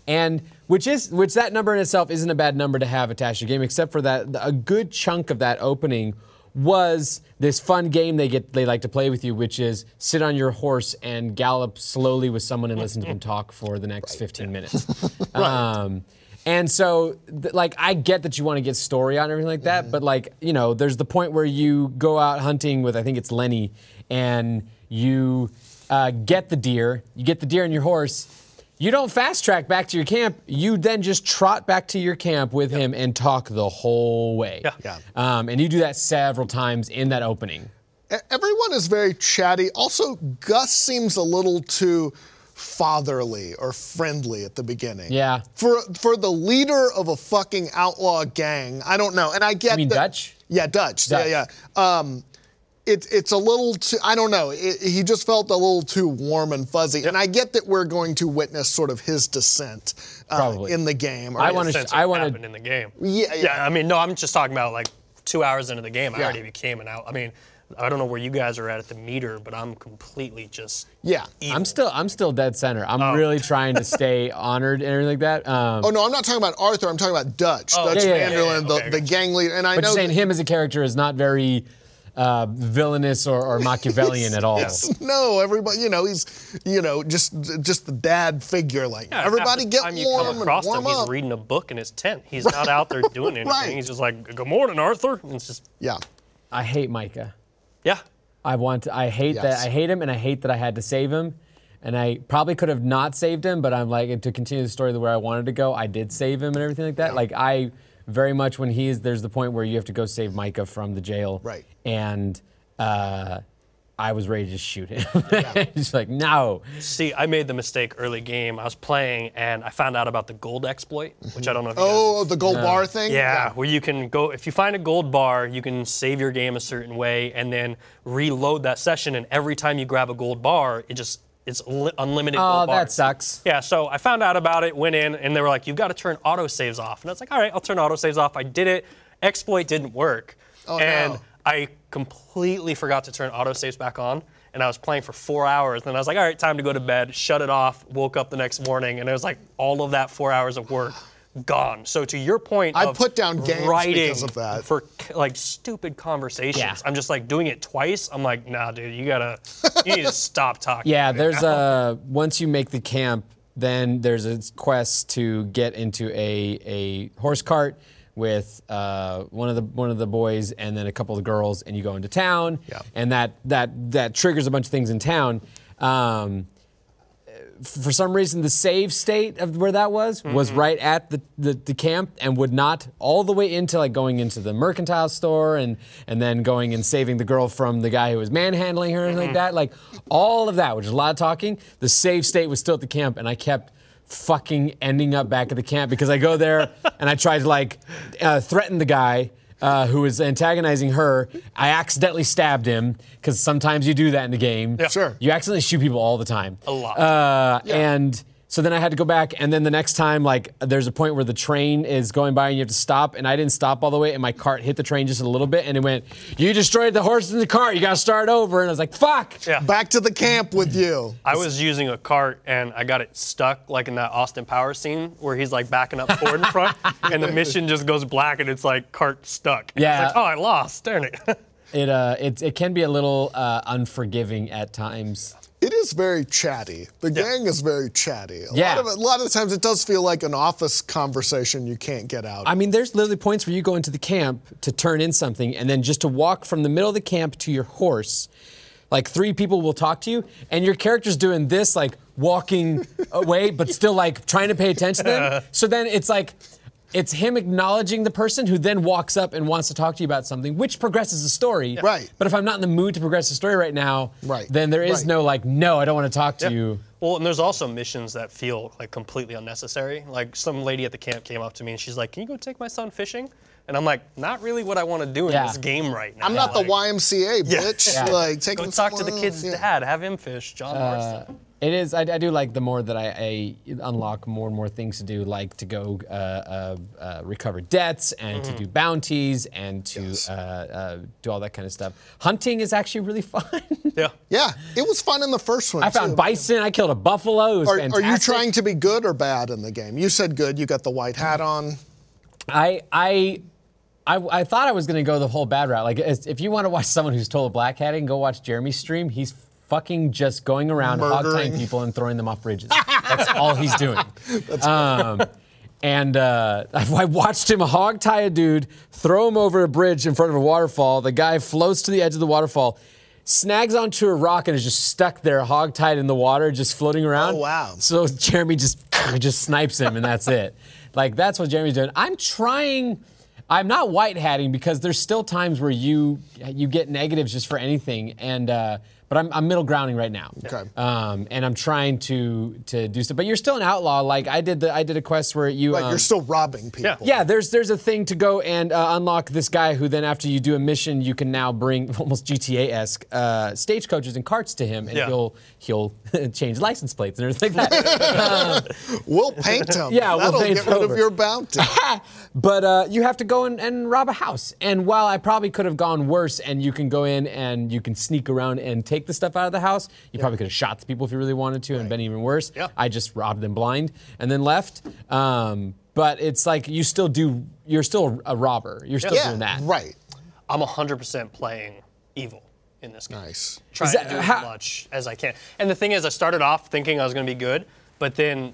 Speaker 3: and which is which that number in itself isn't a bad number to have attached to the game, except for that a good chunk of that opening was this fun game they get they like to play with you, which is sit on your horse and gallop slowly with someone and listen to them talk for the next 15 minutes. Um, and so, th- like, I get that you want to get story out and everything like that, but like, you know, there's the point where you go out hunting with I think it's Lenny, and you uh, get the deer, you get the deer and your horse. You don't fast track back to your camp. You then just trot back to your camp with him and talk the whole way.
Speaker 4: Yeah.
Speaker 2: Yeah.
Speaker 3: Um, and you do that several times in that opening.
Speaker 2: E- Everyone is very chatty. Also, Gus seems a little too fatherly or friendly at the beginning.
Speaker 3: Yeah.
Speaker 2: For for the leader of a fucking outlaw gang, I don't know. And I get
Speaker 3: mean
Speaker 2: that-
Speaker 3: Dutch?
Speaker 2: Yeah, Dutch.
Speaker 3: Dutch.
Speaker 2: Yeah, yeah. Um, it, it's a little too, I don't know. It, he just felt a little too warm and fuzzy. And I get that we're going to witness sort of his descent uh,
Speaker 3: Probably.
Speaker 2: in the game.
Speaker 3: I
Speaker 2: or-
Speaker 3: wanna-
Speaker 4: Since
Speaker 3: I
Speaker 4: it
Speaker 3: wanna-
Speaker 4: happened in the game.
Speaker 2: Yeah, yeah.
Speaker 4: I mean, no, I'm just talking about like two hours into the game, I
Speaker 2: Yeah.
Speaker 4: already became an out. I mean, I don't know where you guys are at at the meter, but I'm completely just.
Speaker 2: Yeah.
Speaker 3: I'm still I'm still dead center. I'm really trying to stay honored and everything like that. Um,
Speaker 2: Oh, no, I'm not talking about Arthur. I'm talking about Dutch. Dutch
Speaker 3: yeah, yeah, yeah,
Speaker 2: Vanderland,
Speaker 4: Oh, yeah, okay, I
Speaker 2: the, the
Speaker 4: got
Speaker 2: gang leader. And I
Speaker 3: but
Speaker 2: know.
Speaker 3: just saying him as a character is not very uh, villainous or, or Machiavellian at all.
Speaker 2: Yes. No, everybody, you know, he's, you know, just just the dad figure. Like, everybody
Speaker 4: half the
Speaker 2: get
Speaker 4: time You
Speaker 2: warm
Speaker 4: come
Speaker 2: and
Speaker 4: across
Speaker 2: warm
Speaker 4: him,
Speaker 2: up.
Speaker 4: he's reading a book in his tent. He's not out there doing anything.
Speaker 2: Right.
Speaker 4: He's just like, "Good morning, Arthur," and it's just,
Speaker 2: yeah.
Speaker 3: I hate Micah.
Speaker 4: yeah.
Speaker 3: I want. To, I hate that.
Speaker 2: Yes.
Speaker 3: I hate him, and I hate that I had to save him. And I probably could have not saved him, but I'm like to continue the story the way I wanted to go. I did save him and everything like that. Like I very much when he is there's the point where you have to go save Micah from the jail.
Speaker 2: Right.
Speaker 3: And uh, I was ready to shoot him. Just like no.
Speaker 4: See, I made the mistake early game. I was playing and I found out about the gold exploit, which I don't know if you guys
Speaker 2: Oh, the gold bar thing?
Speaker 4: Yeah, where you can go if you find a gold bar, you can save your game a certain way and then reload that session. And every time you grab a gold bar, it just it's li- unlimited.
Speaker 3: Oh,
Speaker 4: gold
Speaker 3: that
Speaker 4: bars.
Speaker 3: sucks.
Speaker 4: Yeah, so I found out about it, went in, and they were like, "You've got to turn auto saves off." And I was like, "All right, I'll turn auto saves off." I did it. Exploit didn't work,
Speaker 2: Oh,
Speaker 4: and
Speaker 2: no.
Speaker 4: I completely forgot to turn auto saves back on. And I was playing for four hours, and then I was like, "All right, time to go to bed." Shut it off. Woke up the next morning, and it was like all of that four hours of work gone. So to your point,
Speaker 2: I
Speaker 4: of
Speaker 2: put down games
Speaker 4: writing
Speaker 2: because of that.
Speaker 4: for c- like stupid conversations.
Speaker 3: Yeah.
Speaker 4: I'm just like doing it twice. I'm like, "Nah, dude, you gotta, you need to stop talking."
Speaker 3: Yeah, there's a once you make the camp, then there's a quest to get into a a horse cart with uh, one of the one of the boys and then a couple of girls, and you go into town,
Speaker 4: Yeah.
Speaker 3: and that that that triggers a bunch of things in town. Um, for some reason the save state of where that was was right at the, the, the camp and would not all the way into like going into the mercantile store and and then going and saving the girl from the guy who was manhandling her and like that like all of that which is a lot of talking the save state was still at the camp and i kept fucking ending up back at the camp because i go there and i try to like uh, threaten the guy uh, who was antagonizing her? I accidentally stabbed him because sometimes you do that in the game.
Speaker 2: Sure.
Speaker 3: You accidentally shoot people all the time.
Speaker 4: A lot.
Speaker 3: Uh, And so then I had to go back, and then the next time, like, there's a point where the train is going by and you have to stop, and I didn't stop all the way, and my cart hit the train just a little bit, and it went, "You destroyed the horse in the cart. You gotta start over." And I was like, "Fuck."
Speaker 4: Yeah.
Speaker 2: Back to the camp with you.
Speaker 4: I was using a cart and I got it stuck, like in that Austin Power scene where he's like backing up forward and front, and the mission just goes black and it's like cart stuck. And it's
Speaker 3: Yeah.
Speaker 4: like, oh, I lost. Darn it.
Speaker 3: It uh, it, it can be a little uh, unforgiving at times.
Speaker 2: It is very chatty. The gang is very chatty. A
Speaker 3: Yeah.
Speaker 2: lot of it- a lot of the times it does feel like an office conversation you can't get out.
Speaker 3: I mean, there's literally points where you go into the camp to turn in something, and then just to walk from the middle of the camp to your horse, like three people will talk to you, and your character's doing this, like walking away, but still like trying to pay attention to them. So then it's like, it's him acknowledging the person who then walks up and wants to talk to you about something, which progresses the story.
Speaker 2: Right.
Speaker 3: But if I'm not in the mood to progress the story right now,
Speaker 2: Right.
Speaker 3: then there is
Speaker 2: Right.
Speaker 3: no like, no, I don't want to talk to you.
Speaker 4: well, and there's also missions that feel like completely unnecessary. Like some lady at the camp came up to me and she's like, "Can you go take my son fishing?" And I'm like, "Not really what I want to do in
Speaker 3: Yeah.
Speaker 4: this game right now."
Speaker 2: I'm not
Speaker 4: Like,
Speaker 2: the YMCA,
Speaker 4: Yeah.
Speaker 2: bitch.
Speaker 4: Yeah.
Speaker 2: Like, take
Speaker 4: Go
Speaker 2: him
Speaker 4: talk to the
Speaker 2: somewhere
Speaker 4: kid's
Speaker 2: else. Yeah.
Speaker 4: dad. Have him fish. John Marston.
Speaker 3: It is. I, I do like the more that I, I unlock more and more things to do, like to go uh, uh, uh, recover debts and
Speaker 2: Mm-hmm.
Speaker 3: to do bounties and to uh, uh, do all that kind of stuff. Hunting is actually really fun.
Speaker 4: Yeah.
Speaker 2: Yeah, it was fun in the first one.
Speaker 3: I found
Speaker 2: too.
Speaker 3: bison. I killed a buffalo. It was
Speaker 2: Are, are
Speaker 3: fantastic.
Speaker 2: you trying to be good or bad in the game? You said good. You got the white hat
Speaker 3: Mm.
Speaker 2: on.
Speaker 3: I I. I, I thought I was gonna go the whole bad route. Like, as- if you want to watch someone who's total black hatting, go watch Jeremy's stream. He's fucking just going around hog-tying
Speaker 2: Murdering.
Speaker 3: people and throwing them off bridges. That's all he's doing. um, and uh, I watched him hog tie a dude, throw him over a bridge in front of a waterfall. The guy floats to the edge of the waterfall, snags onto a rock, and is just stuck there, hog tied in the water, just floating around.
Speaker 2: Oh, wow.
Speaker 3: So Jeremy just just snipes him, and that's it. Like that's what Jeremy's doing. I'm trying. I'm not white hatting because there's still times where you you get negatives just for anything, and uh, But I'm, I'm middle grounding right now.
Speaker 2: Okay.
Speaker 3: Um, and I'm trying to to do stuff. But you're still an outlaw. Like I did the I did a quest where you
Speaker 2: Right,
Speaker 3: um,
Speaker 2: you're still robbing people.
Speaker 3: yeah, there's there's a thing to go and uh, unlock this guy who then after you do a mission you can now bring almost GTA esque uh, stagecoaches and carts to him and
Speaker 4: Yeah.
Speaker 3: he'll he'll change license plates and everything like that.
Speaker 2: We'll paint them.
Speaker 3: Yeah, we'll
Speaker 2: That'll
Speaker 3: paint
Speaker 2: get rid of
Speaker 3: over.
Speaker 2: your bounty.
Speaker 3: but uh, you have to go in and rob a house. And while I probably could have gone worse, and you can go in and you can sneak around and take the stuff out of the house, you probably could have shot the people if you really wanted to and been even worse.
Speaker 4: Yeah.
Speaker 3: I just robbed them blind and then left. Um, but it's like you still do. You're still a robber. You're still doing
Speaker 2: yeah,
Speaker 3: that.
Speaker 2: right.
Speaker 4: I'm 100% playing evil in this game.
Speaker 2: Nice.
Speaker 4: Trying
Speaker 3: that-
Speaker 4: to do as
Speaker 3: how-
Speaker 4: much as I can. And the thing is, I started off thinking I was going to be good, but then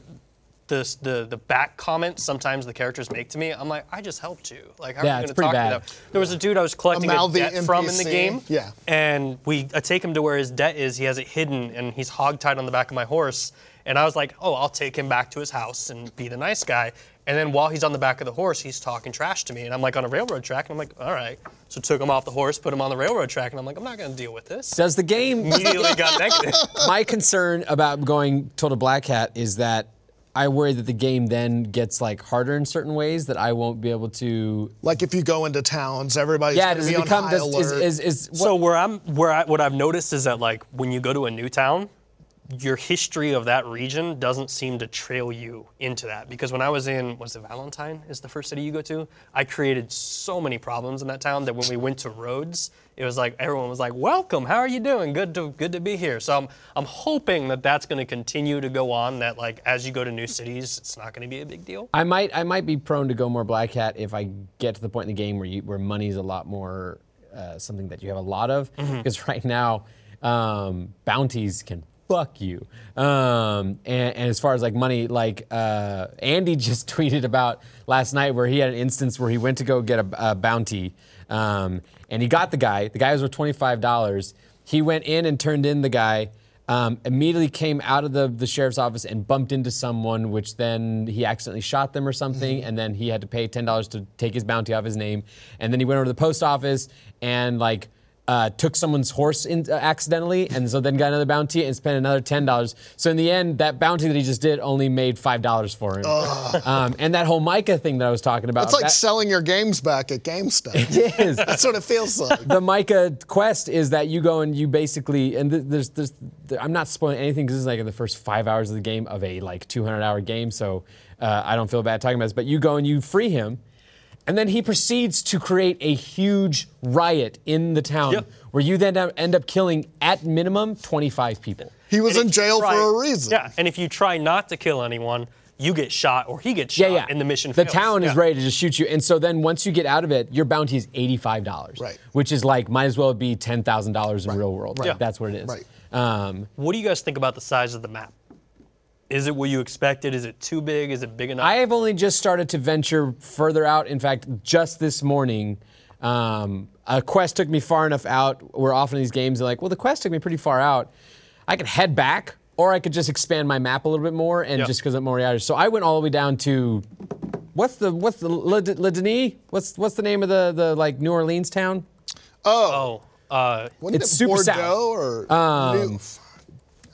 Speaker 4: the, the the back comments sometimes the characters make to me, I'm like, I just helped you. Like, how
Speaker 3: Yeah,
Speaker 4: are you
Speaker 3: it's
Speaker 4: going
Speaker 3: pretty
Speaker 4: to talk to me?
Speaker 3: bad.
Speaker 4: that? There was a dude I was collecting
Speaker 2: A
Speaker 4: a
Speaker 2: mouthy
Speaker 4: debt from in the
Speaker 2: NPC.
Speaker 4: game.
Speaker 2: Yeah.
Speaker 4: And we I take him to where his debt is. He has it hidden, and he's hogtied on the back of my horse. And I was like, oh, I'll take him back to his house and be the nice guy. And then while he's on the back of the horse, he's talking trash to me. And I'm like on a railroad track, and I'm like, all right. So took him off the horse, put him on the railroad track, and I'm like, I'm not gonna deal with this.
Speaker 3: Does the game
Speaker 4: Immediately got negative.
Speaker 3: my concern about going total black hat is that I worry that the game then gets like harder in certain ways that I won't be able to.
Speaker 2: Like if you go into towns, everybody's
Speaker 3: Yeah,
Speaker 2: going to
Speaker 3: does
Speaker 2: be
Speaker 3: it
Speaker 2: on
Speaker 3: become
Speaker 2: high
Speaker 3: does,
Speaker 2: alert.
Speaker 3: is is, is what,
Speaker 4: So where I'm where I, what I've noticed is that like when you go to a new town, your history of that region doesn't seem to trail you into that because when I was in was it Valentine is the first city you go to, I created so many problems in that town that when we went to Rhodes, it was like everyone was like, "Welcome, how are you doing? Good to good to be here." So I'm I'm hoping that that's going to continue to go on that like as you go to new cities, it's not going to be a big deal.
Speaker 3: I might I might be prone to go more black hat if I get to the point in the game where you, where money's a lot more uh, something that you have a lot of because right now um, bounties can fuck you um, and, and as far as like money like uh, Andy just tweeted about last night where he had an instance where he went to go get a, a bounty um, and he got the guy the guy was worth twenty five dollars he went in and turned in the guy um, immediately came out of the, the sheriff's office and bumped into someone, which then he accidentally shot them or something, and then he had to pay ten dollars to take his bounty off his name, and then he went over to the post office and like. Uh, took someone's horse in, uh, accidentally, and so then got another bounty and spent another ten dollars. So in the end, that bounty that he just did only made five dollars for him. Um, and that whole Micah thing that I was talking about.
Speaker 2: it's like
Speaker 3: that-
Speaker 2: selling your games back at GameStop.
Speaker 3: It is.
Speaker 2: That's what it feels like.
Speaker 3: the Micah quest is that you go and you basically and th- there's, there's th- I'm not spoiling anything because this is like in the first five hours of the game of a like 200 hour game, so uh, I don't feel bad talking about this. But you go and you free him, and then he proceeds to create a huge riot in the town
Speaker 4: Yep.
Speaker 3: where you then end up killing at minimum 25 people.
Speaker 2: He was
Speaker 4: And
Speaker 2: in
Speaker 4: if you
Speaker 2: jail
Speaker 4: try-
Speaker 2: for a reason.
Speaker 4: Yeah, and if you try not to kill anyone, you get shot or he gets
Speaker 3: Yeah,
Speaker 4: shot,
Speaker 3: yeah.
Speaker 4: and the mission
Speaker 3: The
Speaker 4: fails.
Speaker 3: town is
Speaker 4: Yeah.
Speaker 3: ready to just shoot you, and so then once you get out of it, your bounty is eighty-five dollars,
Speaker 2: Right.
Speaker 3: Which is like might as well be ten thousand dollars in real world.
Speaker 4: Yeah.
Speaker 3: That's what it is.
Speaker 2: Right.
Speaker 3: Um,
Speaker 4: What do you guys think about the size of the map? Is it what you expected? Is it too big? Is it big enough?
Speaker 3: I have only just started to venture further out. In fact, just this morning, um, a quest took me far enough out. We're often in these games, and like, well, the quest took me pretty far out. I could head back, or I could just expand my map a little bit more, and
Speaker 4: Yeah.
Speaker 3: just because I'm more out. So I went all the way down to what's the what's the Le, Le Denis? What's what's the name of the the like New Orleans town?
Speaker 4: oh, uh,
Speaker 2: Wasn't
Speaker 3: It's
Speaker 2: it
Speaker 3: super Um,
Speaker 2: Bordeaux
Speaker 3: south.
Speaker 2: or New-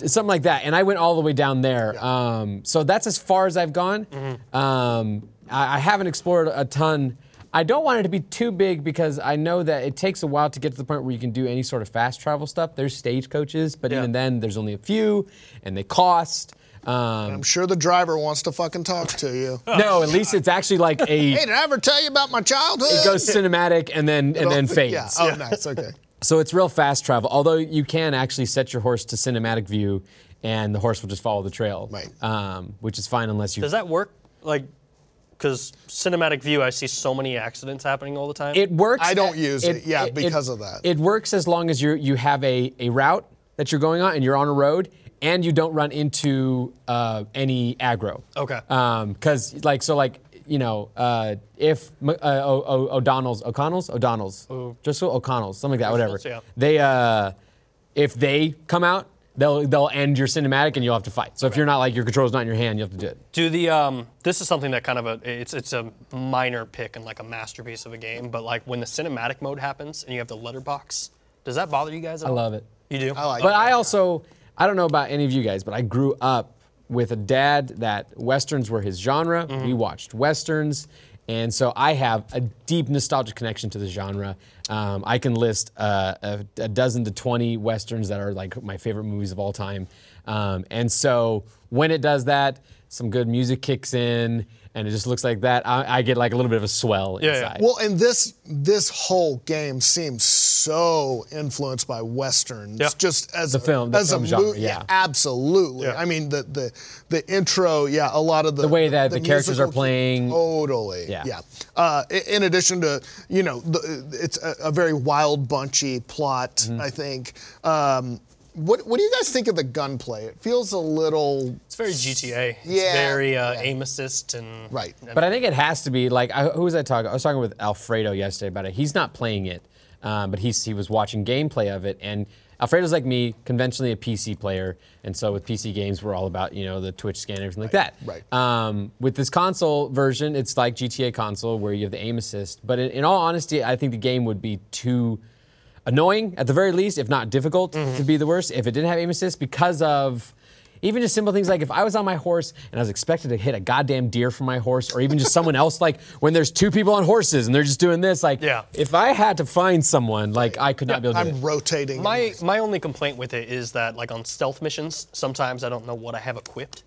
Speaker 3: something like that. And I went all the way down there. Um, so that's as far as I've gone.
Speaker 2: Mm-hmm.
Speaker 3: Um, I, I haven't explored a ton. I don't want it to be too big because I know that it takes a while to get to the point where you can do any sort of fast travel stuff. There's stagecoaches, but
Speaker 4: Yeah.
Speaker 3: even then, there's only a few, and they cost. Um,
Speaker 2: I'm sure the driver wants to fucking talk to you.
Speaker 3: no, at least it's actually like a
Speaker 2: Hey,
Speaker 3: it
Speaker 2: did I ever tell you about my childhood?
Speaker 3: goes cinematic and then and then fades.
Speaker 2: Yeah. Oh, nice. Okay.
Speaker 3: So it's real fast travel, although you can actually set your horse to cinematic view and the horse will just follow the trail.
Speaker 2: Right.
Speaker 3: Um, which is fine unless you
Speaker 4: does that work? Like, because cinematic view, I see so many accidents happening all the time.
Speaker 3: It works.
Speaker 2: I don't use it, yeah, because of that.
Speaker 3: It works as long as you you have a, a route that you're going on and you're on a road and you don't run into uh, any aggro.
Speaker 4: Okay.
Speaker 3: Because like so like you know uh, if M- uh, o- O- O'Donnell's O'Connell's O'Donnell's just so O'Connell's something like that whatever
Speaker 4: O'Connell's, yeah.
Speaker 3: they uh, if they come out. They'll, they'll end your cinematic and you'll have to fight. So if you're not like your control's not in your hand, you have to do it.
Speaker 4: Do the um, this is something that kind of a it's it's a minor pick and like a masterpiece of a game, but like when the cinematic mode happens and you have the letterbox, does that bother you guys? At
Speaker 3: I
Speaker 4: all?
Speaker 3: love it.
Speaker 4: You You do?
Speaker 2: I like it.
Speaker 3: But I also, I don't know about any of you guys, but I grew up with a dad that westerns were his genre. We watched westerns, and so I have a deep nostalgic connection to the genre. Um, I can list uh, a, a dozen to twenty westerns that are like my favorite movies of all time, um, and so when it does that, some good music kicks in, and it just looks like that. I, I get like a little bit of a swell
Speaker 4: yeah.
Speaker 3: inside.
Speaker 2: Well, and this this whole game seems so influenced by westerns,
Speaker 4: Yeah.
Speaker 2: just as
Speaker 3: The
Speaker 2: a,
Speaker 3: film- the
Speaker 2: as
Speaker 3: film
Speaker 2: a
Speaker 3: genre,
Speaker 2: mo-
Speaker 3: yeah.
Speaker 2: absolutely.
Speaker 4: Yeah.
Speaker 2: I mean, the the the intro, yeah, a lot of the,
Speaker 3: The way that the characters
Speaker 2: musical
Speaker 3: are playing.
Speaker 2: totally,
Speaker 3: Yeah.
Speaker 2: yeah. Uh, i- in addition to you know, the, it's a, a very wild bunchy plot.
Speaker 3: Mm-hmm.
Speaker 2: I think. Um, what what do you guys think of the gunplay? It feels a little
Speaker 4: It's very GTA. It's
Speaker 2: Yeah.
Speaker 4: very uh, aim assist and.
Speaker 2: right.
Speaker 3: But I think it has to be like I, who was I talking? I was talking with Alfredo yesterday about it. He's not playing it, um, but he's he was watching gameplay of it. And Alfredo's like me, conventionally a PC player, and so with PC games, we're all about you know the Twitch scan and everything like that.
Speaker 2: right.
Speaker 3: Um, with this console version, it's like GTA console where you have the aim assist. But in, in all honesty, I think the game would be too annoying at the very least, if not difficult to be the worst, if it didn't have aim assist because of even just simple things like if I was on my horse and I was expected to hit a goddamn deer from my horse, or even just someone else, like when there's two people on horses and they're just doing this, like
Speaker 4: Yeah.
Speaker 3: if I had to find someone, like I could not be able to. do
Speaker 2: I'm
Speaker 3: it.
Speaker 2: rotating.
Speaker 4: My my only complaint with it is that like on stealth missions, sometimes I don't know what I have equipped.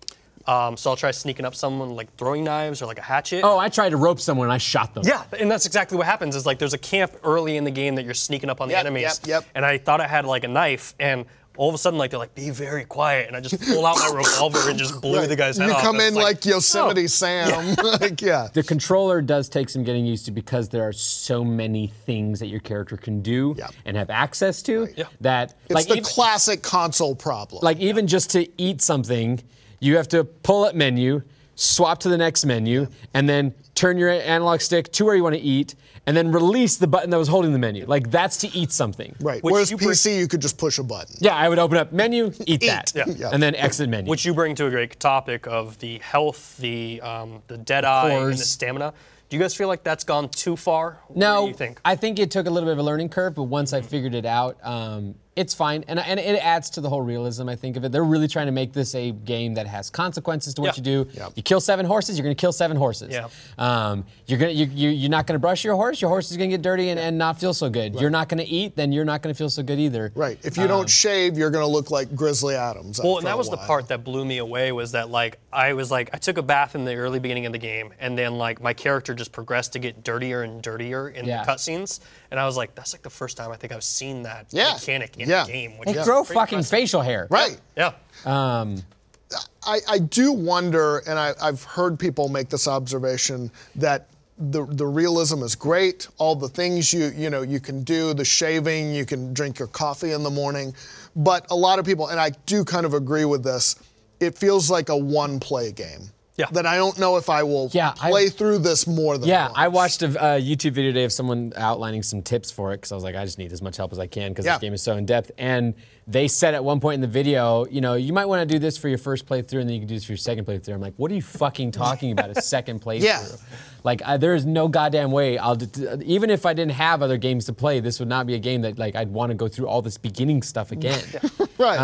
Speaker 4: Um, so I'll try sneaking up someone like throwing knives or like a hatchet.
Speaker 3: Oh, I tried to rope someone and I shot them.
Speaker 4: Yeah, and that's exactly what happens. Is like there's a camp early in the game that you're sneaking up on the
Speaker 2: Yep,
Speaker 4: enemies.
Speaker 2: yep, yep.
Speaker 4: And I thought I had like a knife, and all of a sudden like they're like, "Be very quiet," and I just pull out my revolver and just blew the guy's head
Speaker 2: you
Speaker 4: off.
Speaker 2: come
Speaker 4: It's
Speaker 2: in like,
Speaker 3: Oh.
Speaker 2: Yosemite Sam, like yeah.
Speaker 3: The controller does take some getting used to because there are so many things that your character can do
Speaker 2: Yeah.
Speaker 3: and have access to that
Speaker 2: It's
Speaker 3: like
Speaker 2: the
Speaker 3: even-
Speaker 2: classic console problem.
Speaker 3: like even just to eat something, you have to pull up menu, swap to the next menu, and then turn your analog stick to where you want to eat, and then release the button that was holding the menu. Like that's to eat something.
Speaker 2: right.
Speaker 4: which
Speaker 2: Whereas
Speaker 4: you
Speaker 2: PC, you could just push a button.
Speaker 3: Yeah, I would open up menu, eat, that,
Speaker 2: Yeah. Yeah.
Speaker 3: and then exit menu.
Speaker 4: Which you bring to a great topic of the health, the um, the dead eye, and the
Speaker 3: course.
Speaker 4: stamina. Do you guys feel like that's gone too far? What
Speaker 3: no,
Speaker 4: do you think? Mm-hmm.
Speaker 3: I think it took a little bit of a learning curve, but once I figured it out, um, it's fine, and and it adds to the whole realism. I think of it. They're really trying to make this a game that has consequences to what
Speaker 4: Yeah.
Speaker 3: you do. You kill seven horses, you're gonna kill seven horses.
Speaker 4: Yeah.
Speaker 3: Um, you're gonna you, you you're not gonna brush your horse. Your horse is gonna get dirty and, and not feel so good. You're not gonna eat, then you're not gonna feel so good either.
Speaker 2: Right. If you don't shave, you're going to look like Grizzly Adams.
Speaker 4: Um, Well,
Speaker 2: after
Speaker 4: and that
Speaker 2: a
Speaker 4: was the
Speaker 2: while.
Speaker 4: part that blew me away was that like I was like I took a bath in the early beginning of the game, and then like my character just progressed to get dirtier and dirtier in
Speaker 3: Yeah.
Speaker 4: the cutscenes, and I was like, that's like the first time I think I've seen that
Speaker 2: Yeah.
Speaker 4: mechanic in
Speaker 2: Yeah.
Speaker 4: a game. Which
Speaker 3: They
Speaker 4: is
Speaker 3: grow
Speaker 4: pretty
Speaker 3: fucking
Speaker 4: impressive.
Speaker 3: facial hair.
Speaker 2: Right.
Speaker 4: Yeah.
Speaker 2: I, I do wonder, and I, I've heard people make this observation that the the realism is great. All the things you you know you can do, the shaving, you can drink your coffee in the morning, but a lot of people, and I do kind of agree with this. It feels like a one play game.
Speaker 4: Yeah.
Speaker 2: That I don't know if I will
Speaker 3: Yeah, I-
Speaker 2: play through this more than
Speaker 3: Yeah,
Speaker 2: once.
Speaker 3: I watched a uh, YouTube video today of someone outlining some tips for it because I was like, I just need as much help as I can because
Speaker 2: Yeah.
Speaker 3: this game is so in depth. And they said at one point in the video, you know, you might want to do this for your first playthrough and then you can do this for your second playthrough. I'm like, what are you fucking talking about? A second playthrough?
Speaker 2: Yeah.
Speaker 3: Like, I, there is no goddamn way I'll d- even if I didn't have other games to play, this would not be a game that like I'd want to go through all this beginning stuff again.
Speaker 2: right.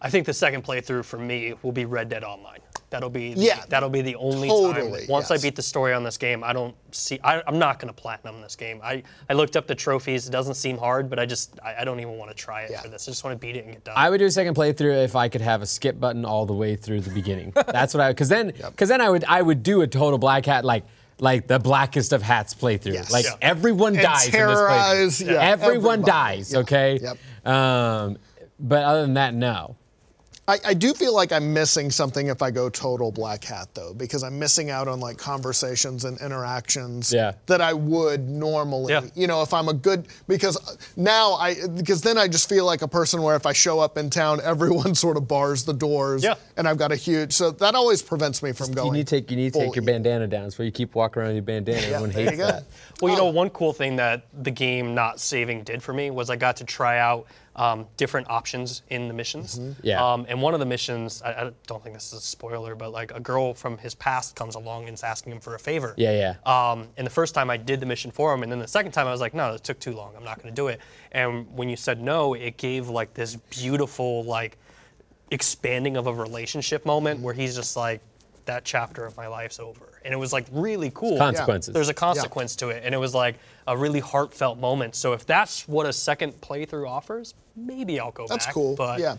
Speaker 4: I think the second playthrough for me will be Red Dead Online. That'll be the,
Speaker 2: Yeah,
Speaker 4: That'll be the only
Speaker 2: totally,
Speaker 4: time. Once
Speaker 2: yes.
Speaker 4: I beat the story on this game, I don't see. I, I'm not gonna platinum this game. I, I looked up the trophies. It doesn't seem hard, but I just I, I don't even want to try it
Speaker 2: Yeah.
Speaker 4: for this. I just want to beat it and get done.
Speaker 3: I would do a second playthrough if I could have a skip button all the way through the beginning. That's what I because then because then I would I would do a total black hat like like the blackest of hats playthrough.
Speaker 2: Yes.
Speaker 3: Like
Speaker 2: Yeah.
Speaker 3: everyone
Speaker 2: And
Speaker 3: dies. in this
Speaker 2: terrorize,
Speaker 3: playthrough.
Speaker 2: yeah,
Speaker 3: everyone
Speaker 2: everybody.
Speaker 3: dies.
Speaker 2: Yeah.
Speaker 3: Okay.
Speaker 2: Yep.
Speaker 3: Um, but other than that, no.
Speaker 2: I, I do feel like I'm missing something if I go total black hat though, because I'm missing out on like conversations and interactions
Speaker 3: Yeah.
Speaker 2: that I would normally.
Speaker 4: Yeah.
Speaker 2: You know, if I'm a good because now I because then I just feel like a person where if I show up in town, everyone sort of bars the doors.
Speaker 4: Yeah.
Speaker 2: And I've got a huge so that always prevents me from going.
Speaker 3: You need to take you need to take
Speaker 2: full e-
Speaker 3: your bandana down. It's where you keep walking around with your bandana. Everyone
Speaker 2: there you
Speaker 3: hates
Speaker 2: go.
Speaker 3: that.
Speaker 4: Well, you know, one cool thing that the game not saving did for me was I got to try out um, different options in the missions.
Speaker 2: Mm-hmm.
Speaker 3: Yeah.
Speaker 4: Um, and one of the missions, I, I don't think this is a spoiler, but like a girl from his past comes along and is asking him for a favor.
Speaker 3: Yeah, yeah.
Speaker 4: Um, and the first time I did the mission for him, and then the second time I was like, no, it took too long. I'm not going to do it. And when you said no, it gave like this beautiful like expanding of a relationship moment where he's just like, that chapter of my life's over. And it was like really cool.
Speaker 3: Consequences.
Speaker 4: There's a consequence to it, and it was like a really heartfelt moment. So if that's what a second playthrough offers, maybe I'll go back.
Speaker 2: That's cool.
Speaker 4: But
Speaker 2: yeah.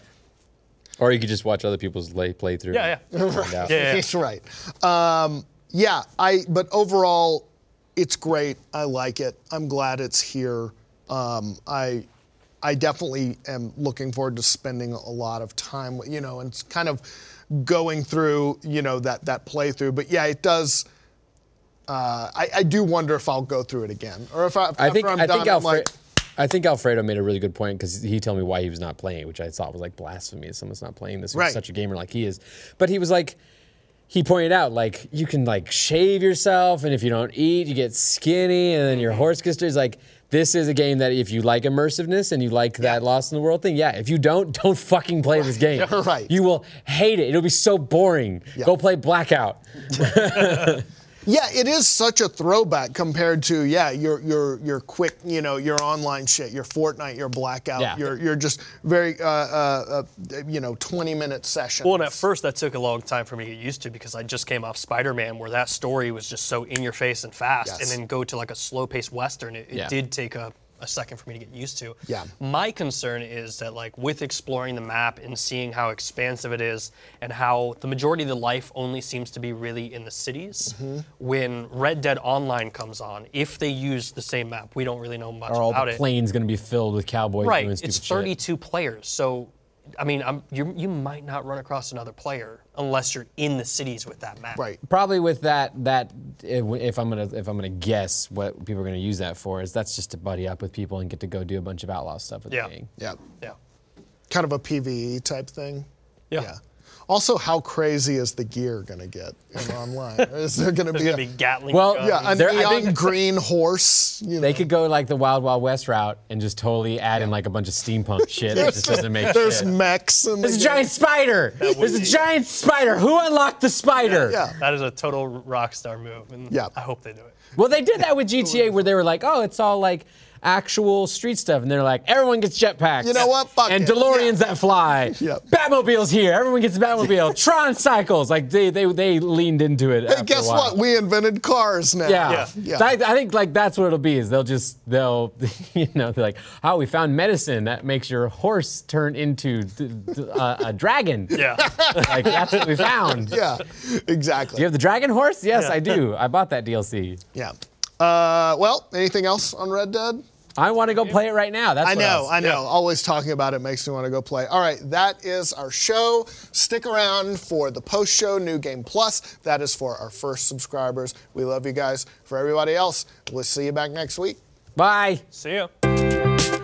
Speaker 3: Or you could just watch other people's lay playthrough.
Speaker 4: Yeah, yeah.
Speaker 3: and find out.
Speaker 4: Yeah, yeah.
Speaker 2: That's right. Um, yeah, I. But overall, it's great. I like it. I'm glad it's here. Um, I, I definitely am looking forward to spending a lot of time. You know, and it's kind of going through. You know that that playthrough. But yeah, it does. Uh, I, I do wonder if I'll go through it again, or if I.
Speaker 3: I
Speaker 2: after
Speaker 3: think
Speaker 2: I'm
Speaker 3: I
Speaker 2: done,
Speaker 3: think
Speaker 2: I'm
Speaker 3: Alfredo.
Speaker 2: like,
Speaker 3: I think Alfredo made a really good point because he told me why he was not playing, which I thought was like blasphemy. Someone's not playing this. who's
Speaker 2: Right.
Speaker 3: Such a gamer like he is, but he was like, he pointed out like you can like shave yourself, and if you don't eat, you get skinny, and
Speaker 2: Mm-hmm.
Speaker 3: then your horse gets. He's like, this is a game that if you like immersiveness and you like that Lost in the World thing, yeah. If you don't, don't fucking play this game.
Speaker 2: Right.
Speaker 3: You will hate it. It'll be so boring. Go play Blackout.
Speaker 2: Yeah, it is such a throwback compared to yeah your your your quick you know your online shit your Fortnite your blackout
Speaker 3: Yeah.
Speaker 2: your your just very uh, uh, uh, you know twenty minute session.
Speaker 4: Well, and at first that took a long time for me to get used to because I just came off Spider-Man, where that story was just so in your face and fast,
Speaker 2: Yes.
Speaker 4: and then go to like a slow-paced western. It, it
Speaker 3: Yeah.
Speaker 4: did take a, a second for me to get used to.
Speaker 2: Yeah.
Speaker 4: My concern is that like with exploring the map and seeing how expansive it is, and how the majority of the life only seems to be really in the cities.
Speaker 3: Mm-hmm.
Speaker 4: When Red Dead Online comes on, if they use the same map, we don't really know much
Speaker 3: Or all
Speaker 4: about
Speaker 3: the
Speaker 4: it.
Speaker 3: planes gonna be filled with cowboys
Speaker 4: Right.
Speaker 3: doing stupid
Speaker 4: It's
Speaker 3: shit.
Speaker 4: 32 players. So, I mean, I'm, you you might not run across another player unless you're in the cities with that map.
Speaker 2: right.
Speaker 3: probably with that that if I'm gonna if I'm gonna guess what people are gonna use that for is that's just to buddy up with people and get to go do a bunch of outlaw stuff with
Speaker 4: Yeah.
Speaker 3: the gang.
Speaker 2: Yeah,
Speaker 4: Yeah.
Speaker 2: kind of a PVE type thing.
Speaker 4: Yeah.
Speaker 2: Also, how crazy is the gear gonna get in online? Is there gonna be
Speaker 4: There's
Speaker 2: a,
Speaker 4: gonna be Gatling
Speaker 3: Well,
Speaker 4: guns.
Speaker 2: yeah, a
Speaker 3: There- I
Speaker 2: neon
Speaker 3: think-
Speaker 2: green horse? You know?
Speaker 3: They could go like the Wild Wild West route and just totally add in like a bunch of steampunk shit that just doesn't make
Speaker 2: There's
Speaker 3: shit.
Speaker 2: mechs and
Speaker 3: There's a giant spider. There's a
Speaker 4: be-
Speaker 3: giant spider. Who unlocked the spider?
Speaker 2: Yeah.
Speaker 4: That is a total rock star move, and
Speaker 2: Yeah.
Speaker 4: I hope they do it.
Speaker 3: Well, they did that with GTA where they were like, oh, it's all like actual street stuff, and they're like, everyone gets jetpacks.
Speaker 2: You know what? Fuck
Speaker 3: and
Speaker 2: it.
Speaker 3: DeLoreans that fly.
Speaker 2: Yeah.
Speaker 3: Batmobiles here. Everyone gets a Batmobile. Tron cycles. Like they they they leaned into it. after
Speaker 2: Hey,
Speaker 3: a
Speaker 2: guess
Speaker 3: while.
Speaker 2: what? We invented cars now.
Speaker 3: Yeah.
Speaker 4: Yeah.
Speaker 2: Yeah.
Speaker 3: I, I think like that's what it'll be is they'll just they'll you know they're like oh we found medicine that makes your horse turn into d- d- uh, a dragon
Speaker 4: Yeah.
Speaker 3: like that's what we found
Speaker 2: Yeah, exactly.
Speaker 3: you have the dragon horse yes I do I bought that DLC
Speaker 2: Yeah. Uh, well, anything else on Red Dead?
Speaker 3: I want to go play it right now that's
Speaker 2: I
Speaker 3: what
Speaker 2: know,
Speaker 3: else.
Speaker 2: I know. Always talking about it makes me want to go play. All right, that is our show. Stick around for the post show, New Game Plus. That is for our first subscribers. We love you guys. For everybody else, we'll see you back next week.
Speaker 3: bye.
Speaker 4: See ya.